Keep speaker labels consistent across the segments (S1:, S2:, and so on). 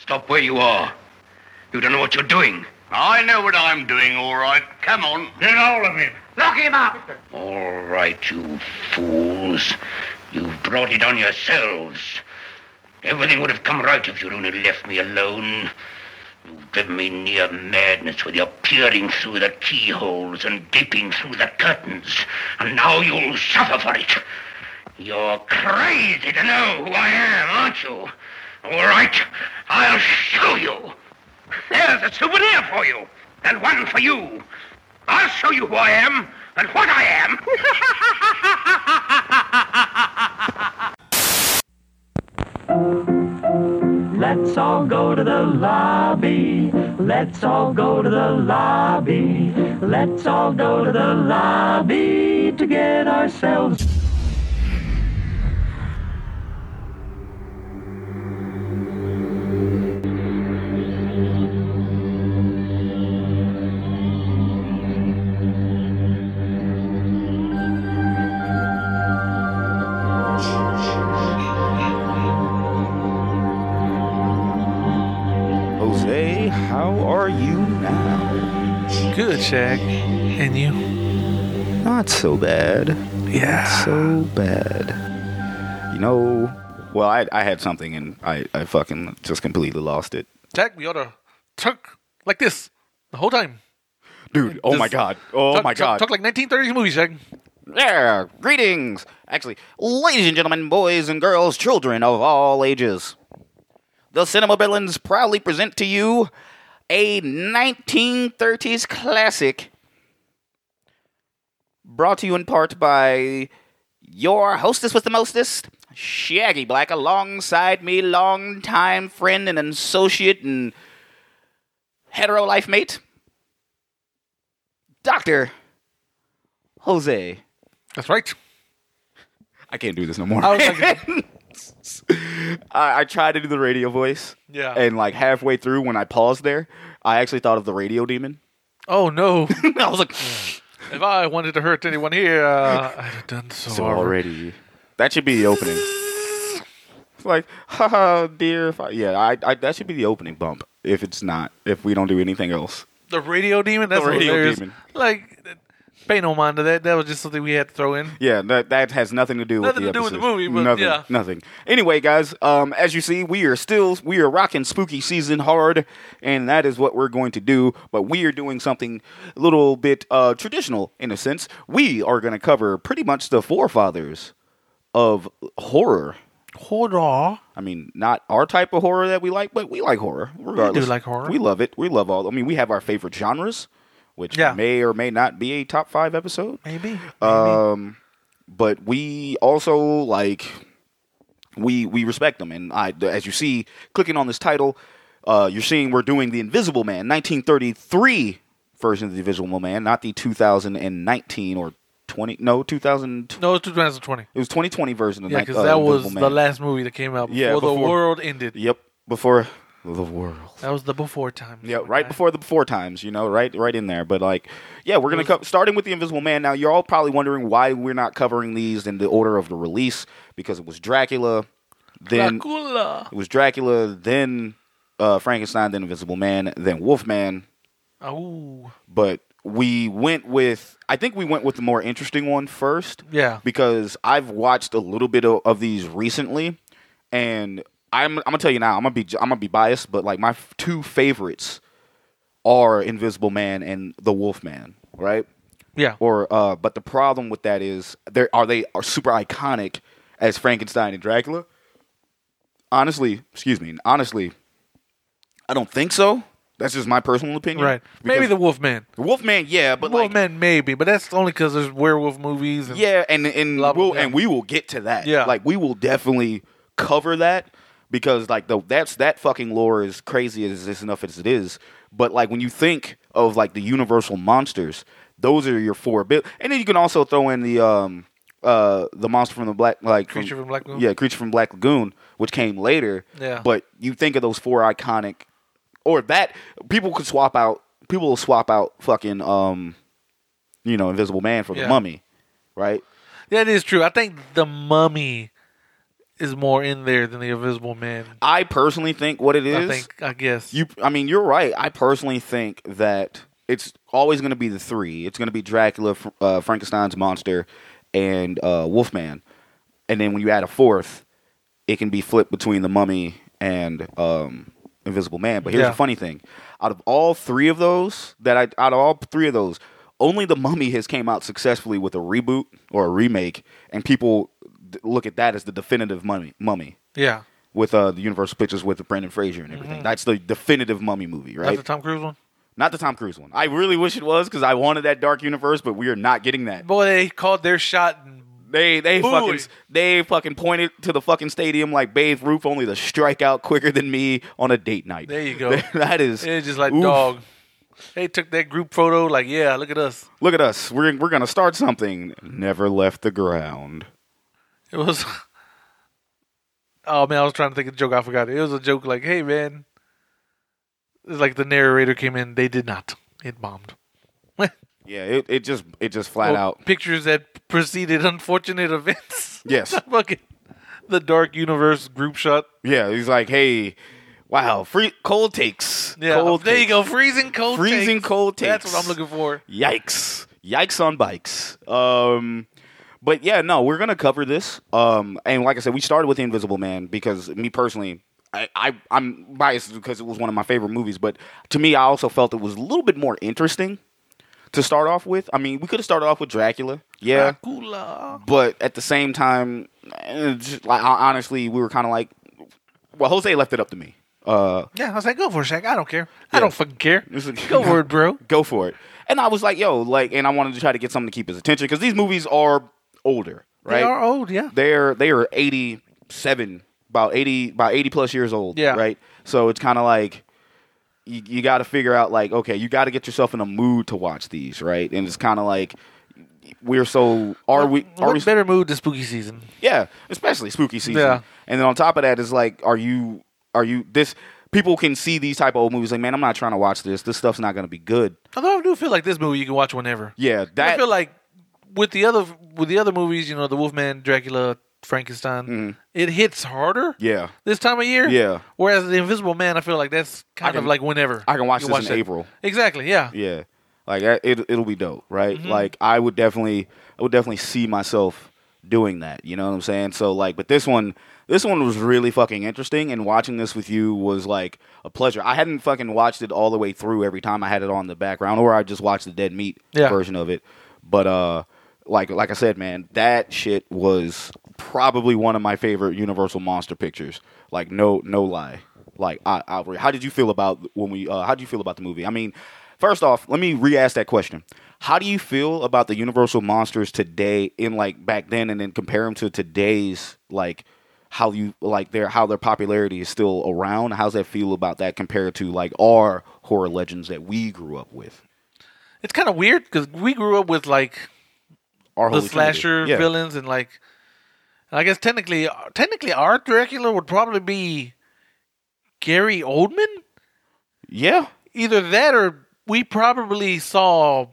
S1: Stop where you are. You don't know what you're doing.
S2: I know what I'm doing, all right. Come on.
S3: Get hold of him.
S4: Lock him up.
S1: All right, you fools. You've brought it on yourselves. Everything would have come right if you'd only left me alone. You've driven me near madness with your peering through the keyholes and gaping through the curtains. And now you'll suffer for it. You're crazy to know who I am, aren't you? All right, I'll show you. There's a souvenir for you, and one for you. I'll show you who I am and what I am.
S5: Let's all go to the lobby. Let's all go to the lobby. Let's all go to the lobby to get ourselves.
S6: good, Shag. And you?
S7: Not so bad.
S6: Yeah.
S7: Not so bad. You know, well, I, I had something and I, I fucking just completely lost it.
S6: Jack, we ought to talk like this the whole time.
S7: Dude, oh my god. Oh
S6: talk,
S7: my god.
S6: Talk, talk like 1930s movies, Shag.
S7: Yeah, greetings. Actually, ladies and gentlemen, boys and girls, children of all ages. The Cinema Villains proudly present to you a 1930s classic brought to you in part by your hostess with the mostest, Shaggy Black, alongside me, longtime friend and associate and hetero life mate, Dr. Jose.
S6: That's right.
S7: I can't do this no more. I, like I, I tried to do the radio voice.
S6: Yeah.
S7: And like halfway through, when I paused there, I actually thought of the radio demon.
S6: Oh no!
S7: I was like,
S6: yeah. if I wanted to hurt anyone here, uh, I'd have done so,
S7: so already. That should be the opening. It's like, haha, dear. I, yeah, I, I, that should be the opening bump. If it's not, if we don't do anything else,
S6: the radio demon. That's the radio hilarious. demon. Like, pay no mind to that. That was just something we had to throw in.
S7: Yeah, that, that has nothing to do
S6: nothing
S7: with the
S6: to
S7: episode.
S6: do with the movie, but
S7: nothing,
S6: yeah,
S7: nothing. Anyway, guys, um, as you see, we are still we are rocking spooky season hard, and that is what we're going to do. But we are doing something a little bit uh, traditional in a sense. We are going to cover pretty much the forefathers of horror.
S6: Horror.
S7: I mean, not our type of horror that we like, but we like horror regardless.
S6: We do like horror.
S7: We love it. We love all. I mean, we have our favorite genres which
S6: yeah.
S7: may or may not be a top five episode.
S6: Maybe.
S7: Um, but we also like we we respect them, and I as you see, clicking on this title, uh, you're seeing we're doing the Invisible Man, 1933 version of the Invisible Man, not the 2019 or 20 no 2000
S6: no, it's 2020.
S7: It was 2020 version of
S6: yeah,
S7: because
S6: uh, that was
S7: Invisible
S6: the
S7: Man.
S6: last movie that came out before,
S7: Yeah,
S6: the
S7: before-
S6: world ended.
S7: Yep, before the world.
S6: That was the before time.
S7: Yeah, right before the before times, you know, right right in there. But like, yeah, we're gonna co- starting with the Invisible Man. Now you're all probably wondering why we're not covering these in the order of the release because it was Dracula, then
S6: Dracula.
S7: it was Dracula, then uh, Frankenstein, then Invisible Man, then Wolfman.
S6: Oh,
S7: But we went with I think we went with the more interesting one first
S6: yeah.
S7: because I've watched a little bit of, of these recently, and I'm I'm gonna tell you now. I'm gonna be I'm gonna be biased, but like my f- two favorites are Invisible Man and The Wolfman, right?
S6: Yeah.
S7: Or uh, but the problem with that is there are they are super iconic as Frankenstein and Dracula. Honestly, excuse me. Honestly, I don't think so. That's just my personal opinion.
S6: Right. Maybe the
S7: Because-
S6: Wolfman.
S7: the Wolfman, yeah, but like
S6: Wolfman, maybe, but that's only because there's werewolf movies. And,
S7: yeah, and and
S6: Love 'em,
S7: we'll,
S6: yeah.
S7: and we will get to that.
S6: Yeah.
S7: like we will definitely cover that because like the that's that fucking lore is crazy as as enough as it is. But like when you think of like the universal monsters, those are your four bit, and then you can also throw in the um uh the monster from the black like
S6: Creature from Black Lagoon?
S7: yeah creature from Black Lagoon which came later
S6: Yeah.
S7: but you think of those four iconic or that people could swap out people will swap out fucking um you know Invisible Man for the
S6: Yeah.
S7: Mummy right
S6: that is true. I think the Mummy is more in there than the Invisible Man.
S7: I personally think what it is.
S6: I think. I guess.
S7: You, I mean, you're right. I personally think that it's always going to be the three. It's going to be Dracula, Fr- uh, Frankenstein's monster, and uh, Wolfman. And then when you add a fourth, it can be flipped between the Mummy and um, Invisible Man. But here's
S6: Yeah.
S7: the funny thing: out of all three of those, that I out of all three of those, only the Mummy has came out successfully with a reboot or a remake, and people d- look at that as the definitive Mummy. Mummy
S6: yeah.
S7: with uh, the Universal Pictures with Brandon Fraser and
S6: Mm-hmm.
S7: everything. That's the definitive Mummy movie,
S6: Not
S7: right?
S6: the Tom Cruise one.
S7: Not the Tom Cruise one. I really wish it was because I wanted that Dark Universe, but we are not getting that.
S6: Boy, they called their shot. And
S7: They they
S6: Boo
S7: fucking
S6: it.
S7: they fucking pointed to the fucking stadium like Babe Ruth only to strike out quicker than me on a date night.
S6: There you go.
S7: that is
S6: it's just like
S7: oof.
S6: dog. They took that group photo. Like, yeah, look at us.
S7: Look at us. We're we're gonna start something. Never left the ground.
S6: It was. Oh man, I was trying to think of a joke. I forgot it. It was a joke like, "Hey man," it's like the narrator came in. They did not. It bombed.
S7: Yeah, it, it just it just flat
S6: Well,
S7: out.
S6: Pictures that preceded unfortunate events.
S7: Yes.
S6: Fucking the dark universe group shot.
S7: Yeah, he's like, hey, wow, free cold takes.
S6: Yeah.
S7: cold
S6: there you
S7: takes.
S6: go. Freezing cold.
S7: Freezing
S6: takes.
S7: cold
S6: That's
S7: takes.
S6: what I'm looking for.
S7: Yikes. Yikes on bikes. Um but yeah, no, we're gonna cover this. Um and like I said, we started with the Invisible Man because me personally I, I I'm biased because it was one of my favorite movies, but to me I also felt it was a little bit more interesting to start off with. I mean, we could have started off with Dracula. Yeah.
S6: Dracula.
S7: But at the same time, eh, just, like hon- honestly, we were kind of like well, Jose left it up to me. Uh
S6: Yeah, I was like, go for it, Shaq. I don't care. I don't fucking care.
S7: This is-
S6: Go for it, bro.
S7: go for it. And I was like, yo, like, and I wanted to try to get something to keep his attention because these movies are older, right?
S6: They are old. Yeah.
S7: They're they are eighty seven, about eighty, about eighty plus years old,
S6: Yeah.
S7: right? So it's kind of like you, you got to figure out, like, okay, you got to get yourself in a mood to watch these, right? And it's kind of like we're so are we are
S6: What
S7: we
S6: better mood than spooky season?
S7: yeah, especially spooky season.
S6: Yeah.
S7: And then on top of that is like, are you are you this? People can see these type of old movies like, man, I'm not trying to watch this. This stuff's not going to be good.
S6: Although I do feel like this movie you can watch whenever.
S7: Yeah, that
S6: I feel like with the other with the other movies, you know, the Wolfman, Dracula, Frankenstein, it hits harder.
S7: Yeah.
S6: This time of year.
S7: Yeah.
S6: Whereas the Invisible Man, I feel like that's kind
S7: can-
S6: of like whenever.
S7: I can watch
S6: you
S7: this in April.
S6: Exactly. Yeah.
S7: Yeah. Like I- it it'll be dope, right? Like I would definitely I would definitely see myself doing that, you know what I'm saying? So like but this one this one was really fucking interesting and watching this with you was like a pleasure. I hadn't fucking watched it all the way through every time I had it on the background or I just watched the dead meat
S6: Yeah.
S7: version of it. But uh like like I said, man, that shit was probably one of my favorite Universal monster pictures. Like no no lie. Like I, I how did you feel about when we uh, how did you feel about the movie? I mean, first off, let me re-ask that question. How do you feel about the Universal monsters today in like back then and then compare them to today's like how you like their how their popularity is still around? How's that feel about that compared to like our horror legends that we grew up with?
S6: It's kind of weird because we grew up with like
S7: Our
S6: the
S7: Holy Trinity.
S6: slasher
S7: Yeah.
S6: villains and like, I guess technically, technically our Dracula would probably be Gary Oldman.
S7: Yeah.
S6: Either that or we probably saw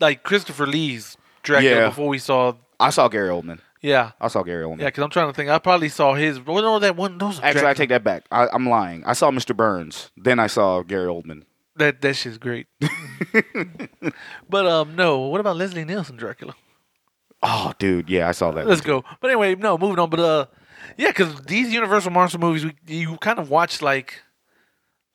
S6: like Christopher Lee's Dracula
S7: Yeah.
S6: before we saw.
S7: I saw Gary Oldman.
S6: Yeah.
S7: I saw Gary Oldman.
S6: Yeah, because I'm trying to think. I probably saw his. Well, no, that one. Those
S7: Actually, I
S6: Dracula-
S7: take that back. I, I'm lying. I saw Mr. Burns. Then I saw Gary Oldman.
S6: that. That shit's great. but um, no. What about Leslie Nielsen Dracula?
S7: Oh, dude. Yeah, I saw that.
S6: Let's go. But anyway, no. Moving on. But uh, yeah, because these Universal Monster movies, we, you kind of watch like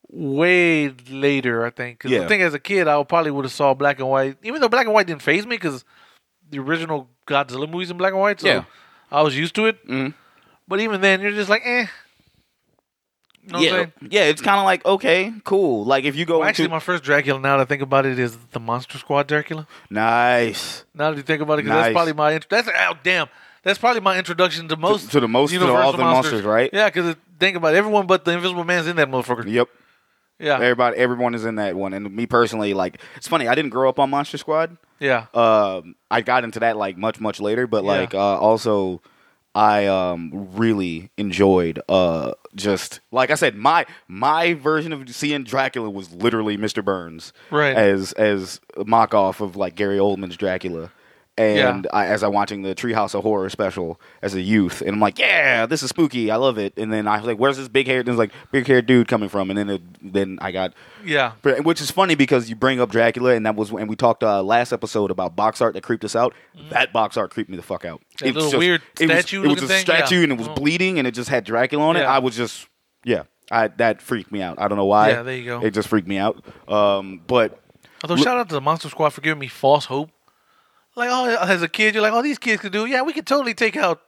S6: way later. I think. 'Cause
S7: Yeah.
S6: I think as a kid, I probably would have saw black and white. Even though black and white didn't phase me, because the original Godzilla movies in black and white, so
S7: Yeah.
S6: I was used to it.
S7: Mm-hmm.
S6: But even then, you're just like, eh. You know what I'm
S7: yeah,
S6: saying?
S7: yeah. It's kind of like okay, cool. Like if you go
S6: Well,
S7: into
S6: actually, my first Dracula. Now that I think about it, is the Monster Squad Dracula.
S7: nice
S6: Now that you think about it, 'cause
S7: Nice.
S6: that's probably my int- that's oh damn, that's probably my introduction to most
S7: to the most- to
S6: Universal
S7: all the monsters, right?
S6: Yeah, because think about it, everyone but the Invisible Man's in that motherfucker.
S7: Yep.
S6: Yeah,
S7: Everybody, everyone is in that one. And me personally, like it's funny. I didn't grow up on Monster Squad.
S6: yeah.
S7: Um, I got into that like much much later, but
S6: Yeah.
S7: like uh, also. I um really enjoyed uh just like I said my my version of seeing Dracula was literally Mr. Burns
S6: Right.
S7: as as a mock off of like Gary Oldman's Dracula And I, as I'm watching the Treehouse of Horror special as a youth, and I'm like, yeah, this is spooky. I love it. And then I was like, where's this big haired? And it's like big haired dude coming from. And then it, then I got
S6: Yeah.
S7: but- which is funny because you bring up Dracula, and that was and we talked uh, last episode about box art that creeped us out. That box art creeped me the fuck out.
S6: Mm-hmm. That
S7: was
S6: little weird
S7: it was-
S6: statue
S7: It was,
S6: looking
S7: a
S6: thing? Yeah.
S7: statue, and it was
S6: Oh.
S7: bleeding, and it just had Dracula on it.
S6: Yeah.
S7: I was just, yeah, I that freaked me out. I don't know why.
S6: Yeah, there you go.
S7: It just freaked me out. Um, but
S6: Although shout out to the Monster Squad for giving me false hope. Like oh, as a kid, you're like, oh, these kids could do. it. Yeah, we could totally take out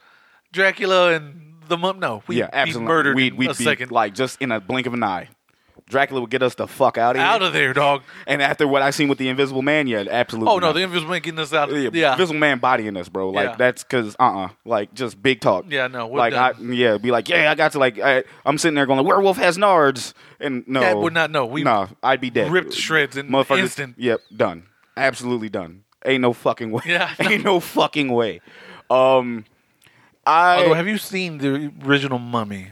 S6: Dracula and the mum. No, we
S7: yeah, absolutely,
S6: be murdered
S7: we'd
S6: in
S7: we'd
S6: a
S7: be
S6: second.
S7: like just in a blink of an eye. Dracula would get us the fuck out of here.
S6: out of there, dog.
S7: and after what I seen with the Invisible Man, yeah, absolutely.
S6: Oh no,
S7: not.
S6: the Invisible Man getting us out.
S7: Yeah,
S6: Yeah,
S7: Invisible Man bodying us, bro. Like
S6: Yeah.
S7: that's because uh uh like just big talk.
S6: Yeah, no, we're
S7: like
S6: done.
S7: I yeah, be like yeah, I got to like I, I'm sitting there going like werewolf has nards and no,
S6: Dad would not know. We
S7: nah, I'd be dead.
S6: ripped shreds in
S7: Motherfuckers-
S6: instant.
S7: Yep, done. Absolutely done. Ain't no fucking way.
S6: Yeah.
S7: ain't no fucking way. Um, I
S6: Although, have you seen the original Mummy?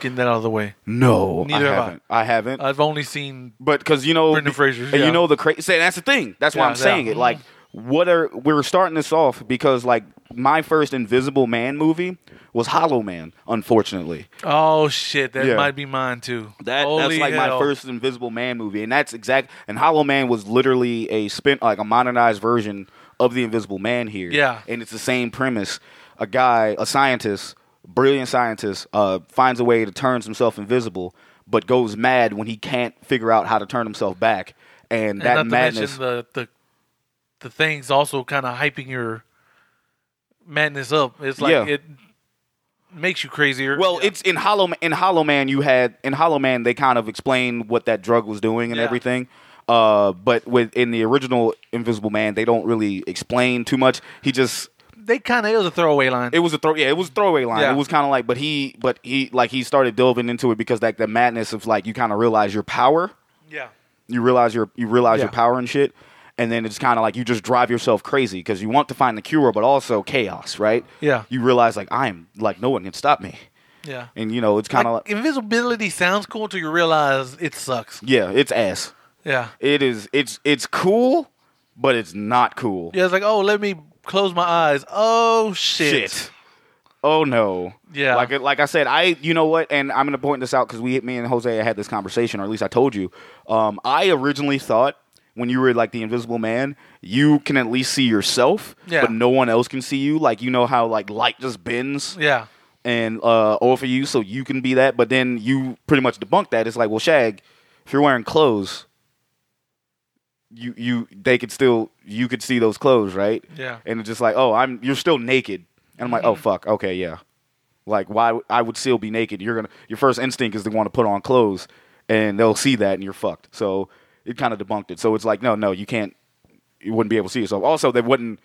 S6: Getting that out of the way.
S7: no,
S6: Neither
S7: I
S6: have I. Uh,
S7: haven't. I haven't.
S6: I've only seen
S7: But because you know,
S6: Brendan Fraser,
S7: and
S6: yeah.
S7: you know the crazy. That's the thing. That's why
S6: Yeah,
S7: I'm saying
S6: yeah.
S7: it. Like, what are we're starting this off because like my first Invisible Man movie was Hollow Man. Unfortunately,
S6: Oh shit, that
S7: Yeah.
S6: might be mine too.
S7: that
S6: Holy
S7: that's like
S6: hell.
S7: my first Invisible Man movie, and that's exact. And Hollow Man was literally a spin, like a modernized version of the Invisible Man here.
S6: Yeah.
S7: and it's the same premise. A guy, a scientist, brilliant scientist, uh, finds a way to turn himself invisible, but goes mad when he can't figure out how to turn himself back. And,
S6: And
S7: that
S6: not to
S7: madness,
S6: mention the the the things also kind of hyping your madness up. It's like
S7: Yeah.
S6: it makes you crazier.
S7: Well, it's in Hollow in Hollow Man. You had in Hollow Man they kind of explained what that drug was doing and
S6: Yeah.
S7: everything. Uh, but with in the original Invisible Man, they don't really explain too much. He just
S6: they kind of it was a throwaway line.
S7: it was a throw yeah it was a throwaway line.
S6: Yeah.
S7: It was kind of like but he but he like he started delving into it because like the madness of like you kind of realize your power.
S6: yeah.
S7: You realize your you realize your
S6: Yeah.
S7: power and shit. And then it's kind of like you just drive yourself crazy because you want to find the cure, but also chaos, right?
S6: Yeah.
S7: You realize like I am like no one can stop me,
S6: Yeah.
S7: and you know it's kind of
S6: Like,
S7: like
S6: invisibility sounds cool till you realize it sucks.
S7: yeah, it's ass.
S6: Yeah.
S7: it is it's it's cool, but it's not cool.
S6: Yeah, it's like, "Oh, let me close my eyes." Oh shit.
S7: Oh no.
S6: Yeah.
S7: Like like I said, I you know what, and I'm gonna point this out because we me and Jose had this conversation, or at least I told you. Um, I originally thought when you were like the Invisible Man, you can at least see yourself,
S6: Yeah.
S7: but no one else can see you. Like you know how like light just bends
S6: Yeah.
S7: and uh over you, so you can be that. But then you pretty much debunk that. It's like, well, Shag, if you're wearing clothes. You you they could still you could see those clothes right
S6: Yeah.
S7: and it's just like, oh, I'm you're still naked, and I'm like, oh fuck, okay, yeah, like why w- I would still be naked? You're gonna your first instinct is to want to put on clothes, and they'll see that, and you're fucked. So it kind of debunked it. So it's like, no, no, you can't, you wouldn't be able to see yourself. Also, they wouldn't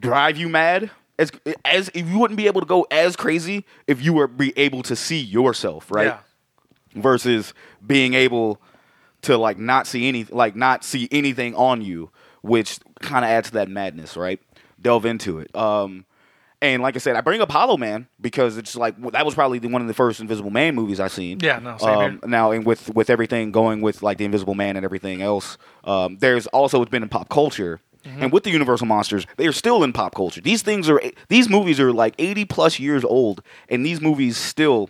S7: drive you mad as as if you wouldn't be able to go as crazy if you were be able to see yourself, right?
S6: Yeah.
S7: versus being able to like not see any like not see anything on you, which kind of adds to that madness, right? Delve into it. Um, and like I said, I bring up Hollow Man because it's like well, that was probably the, one of the first Invisible Man movies I seen.
S6: Yeah, no, same here.
S7: Now and with with everything going with like the Invisible Man and everything else, um, there's also it's been in pop culture. And with the Universal monsters, they are still in pop culture. These things are these movies are like 80 plus years old, and these movies still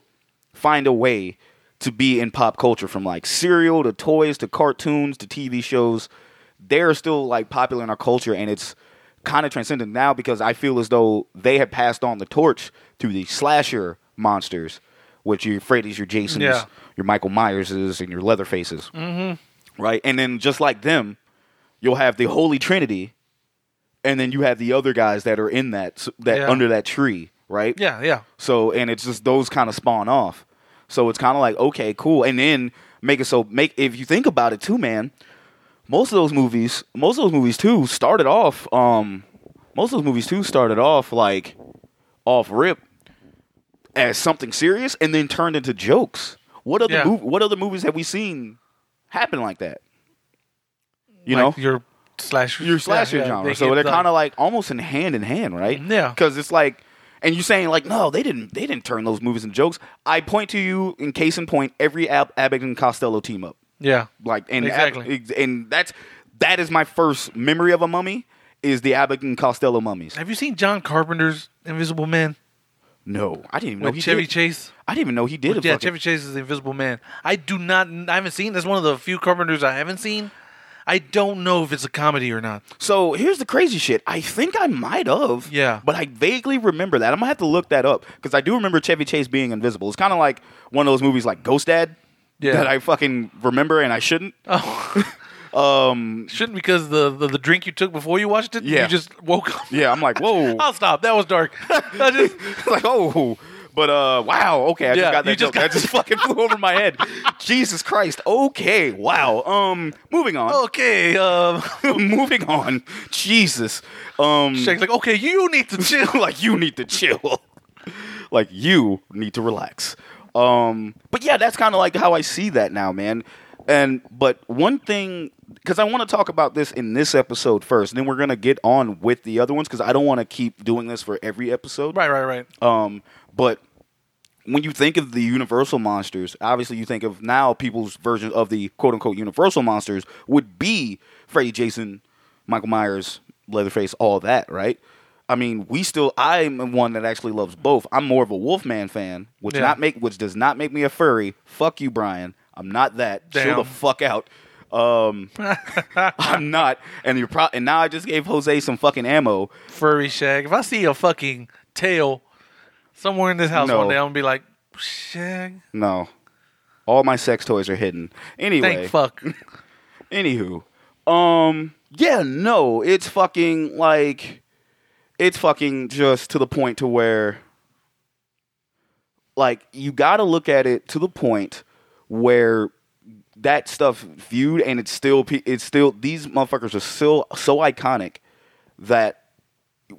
S7: find a way to be in pop culture from like cereal to toys to cartoons to TV shows. They're still like popular in our culture and it's kind of transcendent now because I feel as though they have passed on the torch to the slasher monsters, which your Freddy's, your Jason's,
S6: Yeah.
S7: your Michael Myerses, and your Leatherfaces. Mm-hmm. Right? And then just like them, you'll have the Holy Trinity and then you have the other guys that are in that that
S6: Yeah.
S7: under that tree, right?
S6: Yeah, yeah.
S7: So and it's just those kind of spawn off. So it's kind of like okay, cool, and then make it so make if you think about it too, man. Most of those movies, most of those movies too, started off. Um, most of those movies too started off like off rip as something serious, and then turned into jokes. What other
S6: Yeah.
S7: mov- What other movies have we seen happen like that? You know,
S6: Like your slasher
S7: your slasher
S6: yeah, yeah,
S7: genre.
S6: they
S7: so
S6: get,
S7: they're
S6: like-
S7: kind of like almost in hand in hand, right?
S6: Yeah.
S7: Because it's like, and you're saying like, no, they didn't, they didn't turn those movies into jokes. I point to you in case in point every Ab- Abbott and Costello team up,
S6: Yeah.
S7: like and Ab-
S6: Exactly.
S7: ex- and that's that is my first memory of a mummy is the Abbott and Costello mummies.
S6: Have you seen John Carpenter's Invisible Man
S7: No, I didn't even know
S6: with
S7: he
S6: Chevy
S7: did.
S6: Chase?
S7: I didn't even know he did. a
S6: yeah,
S7: fucking-
S6: Chevy Chase is the Invisible Man. I do not. I haven't seen. That's one of the few Carpenters I haven't seen. I don't know if it's a comedy or not.
S7: So here's the crazy shit. I think I might have.
S6: Yeah.
S7: But I vaguely remember that. I'm gonna have to look that up because I do remember Chevy Chase being invisible. It's kind of like one of those movies like Ghost Dad
S6: Yeah. Oh.
S7: that I fucking remember and I shouldn't.
S6: Shouldn't because the, the the drink you took before you watched it.
S7: Yeah.
S6: You just woke up.
S7: Yeah, I'm like, whoa,
S6: I'll stop. That was dark. I just.
S7: like oh. But uh, wow, okay, I
S6: Yeah,
S7: just got that
S6: you just
S7: joke. That
S6: got-
S7: just fucking flew over my head. Jesus Christ. Okay, wow. Um, moving
S6: Oh.
S7: on.
S6: Okay. Um.
S7: moving on. Jesus. Um,
S6: Shaq's like, okay, you need to chill.
S7: like you need to chill. like you need to relax. Um, but yeah, that's kind of like how I see that now, man. And but one thing, because I want to talk about this in this episode first, and then we're gonna get on with the other ones because I don't want to keep doing this for every episode.
S6: Right, right, right.
S7: Um, but when you think of the Universal monsters, obviously you think of now people's versions of the quote unquote Universal monsters would be Freddy, Jason, Michael Myers, Leatherface, all that, right? I mean, we still. I'm one that actually loves both. I'm more of a Wolfman fan, which
S6: Yeah.
S7: not make which does not make me a furry. Fuck you, Brian. I'm not that. Chill
S6: Damn.
S7: the fuck out. Um, I'm not. And you're pro- And now I just gave Jose some fucking ammo.
S6: Furry Shaq. If I see a fucking tail somewhere in this house
S7: No.
S6: one day, I'm gonna be like, Shaq.
S7: No. All my sex toys are hidden. Anyway,
S6: Thank fuck.
S7: anywho, um, yeah, no, it's fucking like, it's fucking just to the point to where, like, you got to look at it to the point where that stuff viewed and it's still, pe- it's still these motherfuckers are still so iconic that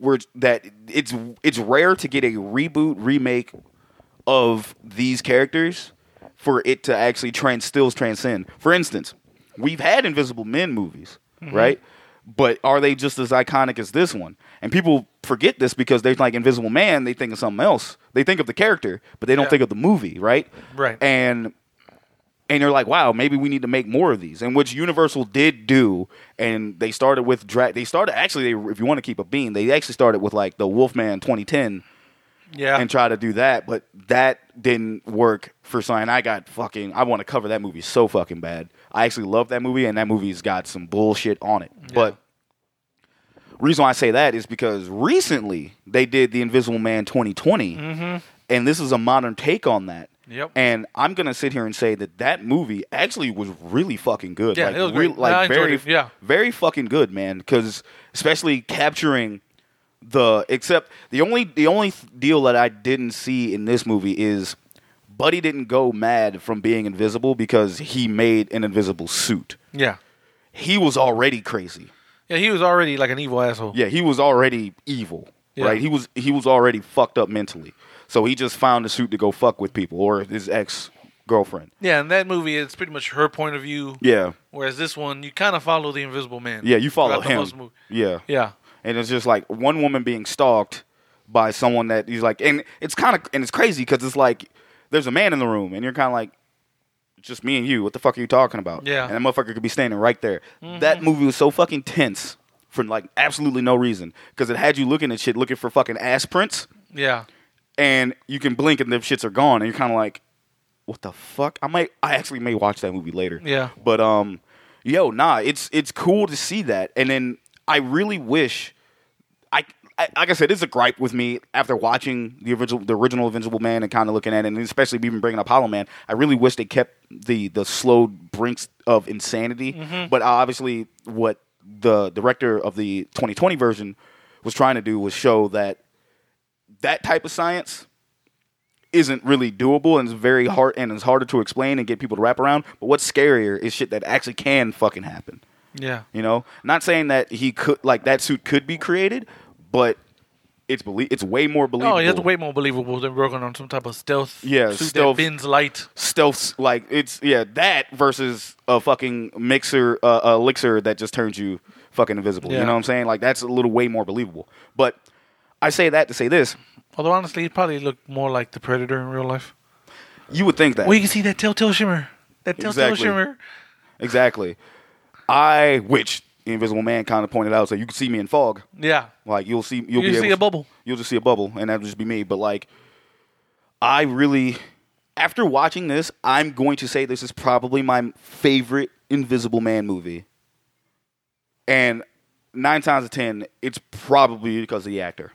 S7: we're that it's it's rare to get a reboot remake of these characters for it to actually trans still transcend. For instance, we've had Invisible Men movies,
S6: Mm-hmm.
S7: right? But are they just as iconic as this one? And people forget this because they like Invisible Man, they think of something else. They think of the character, but they don't
S6: Yeah.
S7: think of the movie, right?
S6: Right.
S7: And and they're like, wow, maybe we need to make more of these. And which Universal did do, and they started with Dra- they started actually they, if you want to keep a bean, they actually started with like the Wolfman 2010
S6: Yeah.
S7: and try to do that, but that didn't work for sign. I got fucking I want to cover that movie so fucking bad. I actually love that movie and that movie's got some bullshit on it. But reason why I say that is because recently they did the Invisible Man 2020 and this is a modern take on that.
S6: Mm-hmm. Yep.
S7: And I'm gonna sit here and say that that movie actually was really fucking good.
S6: Yeah,
S7: like,
S6: it was
S7: real-
S6: great.
S7: like
S6: I enjoyed
S7: very,
S6: it, yeah.
S7: very fucking good, man. Because especially capturing the except the only the only th- deal that I didn't see in this movie is Buddy didn't go mad from being invisible because he made an invisible suit.
S6: yeah.
S7: He was already crazy.
S6: Yeah, he was already like an evil asshole.
S7: Yeah, he was already evil,
S6: Yeah.
S7: right? He was he was already fucked up mentally. So he just found a suit to go fuck with people or his ex girlfriend.
S6: Yeah, in that movie, it's pretty much her point of view.
S7: Yeah.
S6: Whereas this one, you kind of follow the Invisible Man.
S7: Yeah, you follow
S6: throughout the
S7: him.
S6: most movie.
S7: Yeah.
S6: Yeah.
S7: and it's just like one woman being stalked by someone that he's like, and it's kind of and it's crazy because it's like there's a man in the room, and you're kind of like, it's just me and you. What the fuck are you talking about?
S6: Yeah.
S7: and that motherfucker could be standing right there. That movie was so fucking tense for like absolutely no reason because it had you looking at shit, looking for fucking ass prints,
S6: Yeah.
S7: and you can blink and them shits are gone, and you're kind of like, what the fuck? I might, I actually may watch that movie later.
S6: Yeah.
S7: But um, yo, nah, it's it's cool to see that, and then I really wish, I, I like I said, it's a gripe with me after watching the original the original Invincible Man and kind of looking at it, and especially even bringing up Hollow Man. I really wish they kept the the slowed brinks of insanity, but obviously what the director of the 2020 version was trying to do was show that that type of science isn't really doable and it's very hard and it's harder to explain and get people to wrap around. But what's scarier is shit that actually can fucking happen.
S6: Yeah.
S7: You know, not saying that he could like that suit could be created, but it's belie- it's way more believable.
S6: Oh, you have to way more believable than working on some type of stealth
S7: Yeah,
S6: suit
S7: stealth-
S6: that bends light.
S7: Stealth like it's yeah that versus a fucking mixer uh, elixir that just turns you fucking invisible. You
S6: Yeah.
S7: know what I'm saying? Like that's a little way more believable. But I say that to say this:
S6: Although honestly, it probably looked more like the Predator in real life.
S7: you would think that
S6: Well, you can see that telltale shimmer. That telltale
S7: Exactly.
S6: shimmer.
S7: Exactly. I which the Invisible Man kind of pointed out, so you can see me in fog.
S6: Yeah.
S7: Like you'll see, you'll
S6: You
S7: be
S6: see
S7: able
S6: a bubble.
S7: You'll just see a bubble, and that'll just be me. But like, I really, after watching this, I'm going to say this is probably my favorite Invisible Man movie. And nine times out of ten, it's probably because of the actor.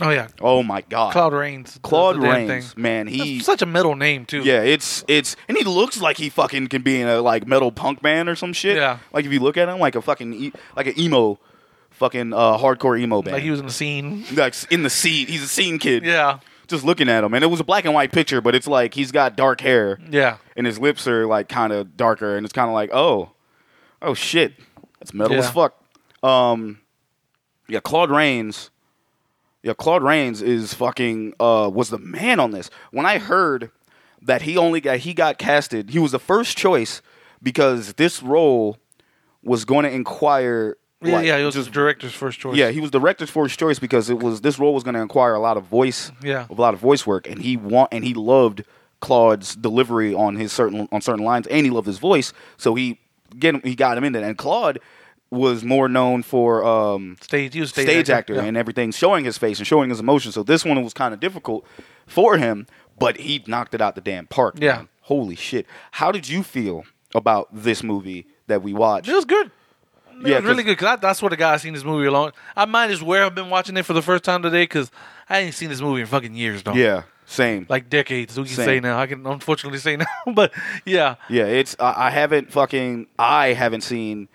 S6: Oh yeah.
S7: Oh my god,
S6: Cloud Rains. does
S7: Claude
S6: the damn
S7: Rains,
S6: thing.
S7: man, he.
S6: That's such a metal name too.
S7: Yeah, it's it's and he looks like he fucking can be in a like metal punk band or some shit.
S6: Yeah.
S7: like if you look at him, like a fucking e- like an emo, fucking uh, hardcore emo band.
S6: Like he was in the scene.
S7: like in the scene. He's a scene kid.
S6: Yeah.
S7: Just looking at him, and it was a black and white picture, but it's like he's got dark hair
S6: Yeah.
S7: and his lips are like kind of darker, and it's kind of like oh, oh shit, that's metal as
S6: Yeah.
S7: fuck. Um, yeah, Claude Rains. Yeah, Claude Rains is fucking uh was the man on this. When I heard that he only got he got casted, he was the first choice because this role was going to inquire.
S6: Yeah,
S7: like,
S6: yeah, it was just director's first choice.
S7: yeah, he was the director's first choice because it was this role was going to inquire a lot of voice,
S6: Yeah.
S7: a lot of voice work, and he want and he loved Claude's delivery on his certain on certain lines, and he loved his voice, so he get him, he got him in it. And Claude was more known for um,
S6: stage. He was a
S7: stage, actor,
S6: Yeah.
S7: and everything, showing his face and showing his emotions. So this one was kind of difficult for him, but he knocked it out the damn park.
S6: Yeah.
S7: man. holy shit! How did you feel about this movie that we watched?
S6: It was good. It
S7: Yeah,
S6: was really
S7: 'cause-
S6: good. Cause I, that's what the guy seen this movie alone. I might as well have been watching it for the first time today because I ain't seen this movie in fucking years, though.
S7: Yeah, same.
S6: Like decades, we can
S7: Same.
S6: say now. I can unfortunately say now, but yeah,
S7: Yeah, it's I, I haven't fucking I haven't seen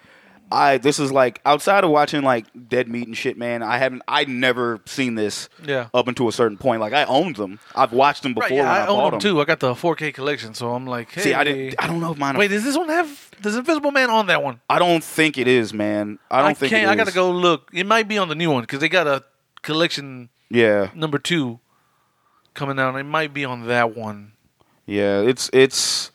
S7: I this is like outside of watching like Dead Meat and shit, man. I haven't I never seen this
S6: Yeah.
S7: up until a certain point. Like I owned them. I've watched them before
S6: Right, yeah,
S7: when I,
S6: I own
S7: bought
S6: them
S7: them.
S6: too. I got the 4K collection, so I'm like, hey.
S7: See, I didn't I don't know if mine
S6: Wait, does this one have? Does Invisible Man on that one?
S7: I don't think it is, man. I don't think
S6: can't.
S7: it
S6: I gotta
S7: is.
S6: go look. It might be on the new one because they got a collection
S7: Yeah.
S6: number two coming out. It might be on that one.
S7: Yeah, it's it's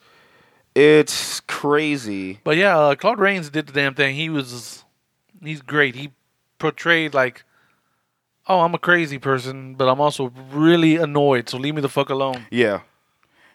S7: it's crazy.
S6: But yeah, uh, Claude Rains did the damn thing. He was, he's great. He portrayed like, oh, I'm a crazy person, but I'm also really annoyed. So leave me the fuck alone.
S7: Yeah.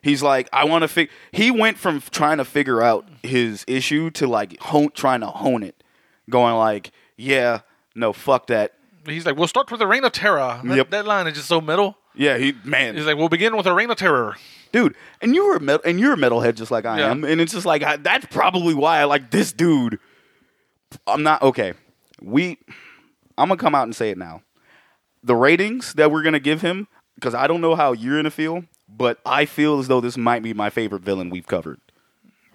S7: He's like, I want to fig. He went from f- trying to figure out his issue to like hone, trying to hone it, going like, yeah, no, fuck that.
S6: He's like, we'll start with a reign of terror. That,
S7: Yep.
S6: that line is just so metal.
S7: Yeah, he man,
S6: He's like, we'll begin with a reign of terror.
S7: dude, and you were a metal, and you're a metalhead just like I
S6: Yeah.
S7: am, and it's just like I, that's probably why I like this dude. I'm not okay. We, I'm gonna come out and say it now. The ratings that we're gonna give him, because I don't know how you're gonna feel, but I feel as though this might be my favorite villain we've covered.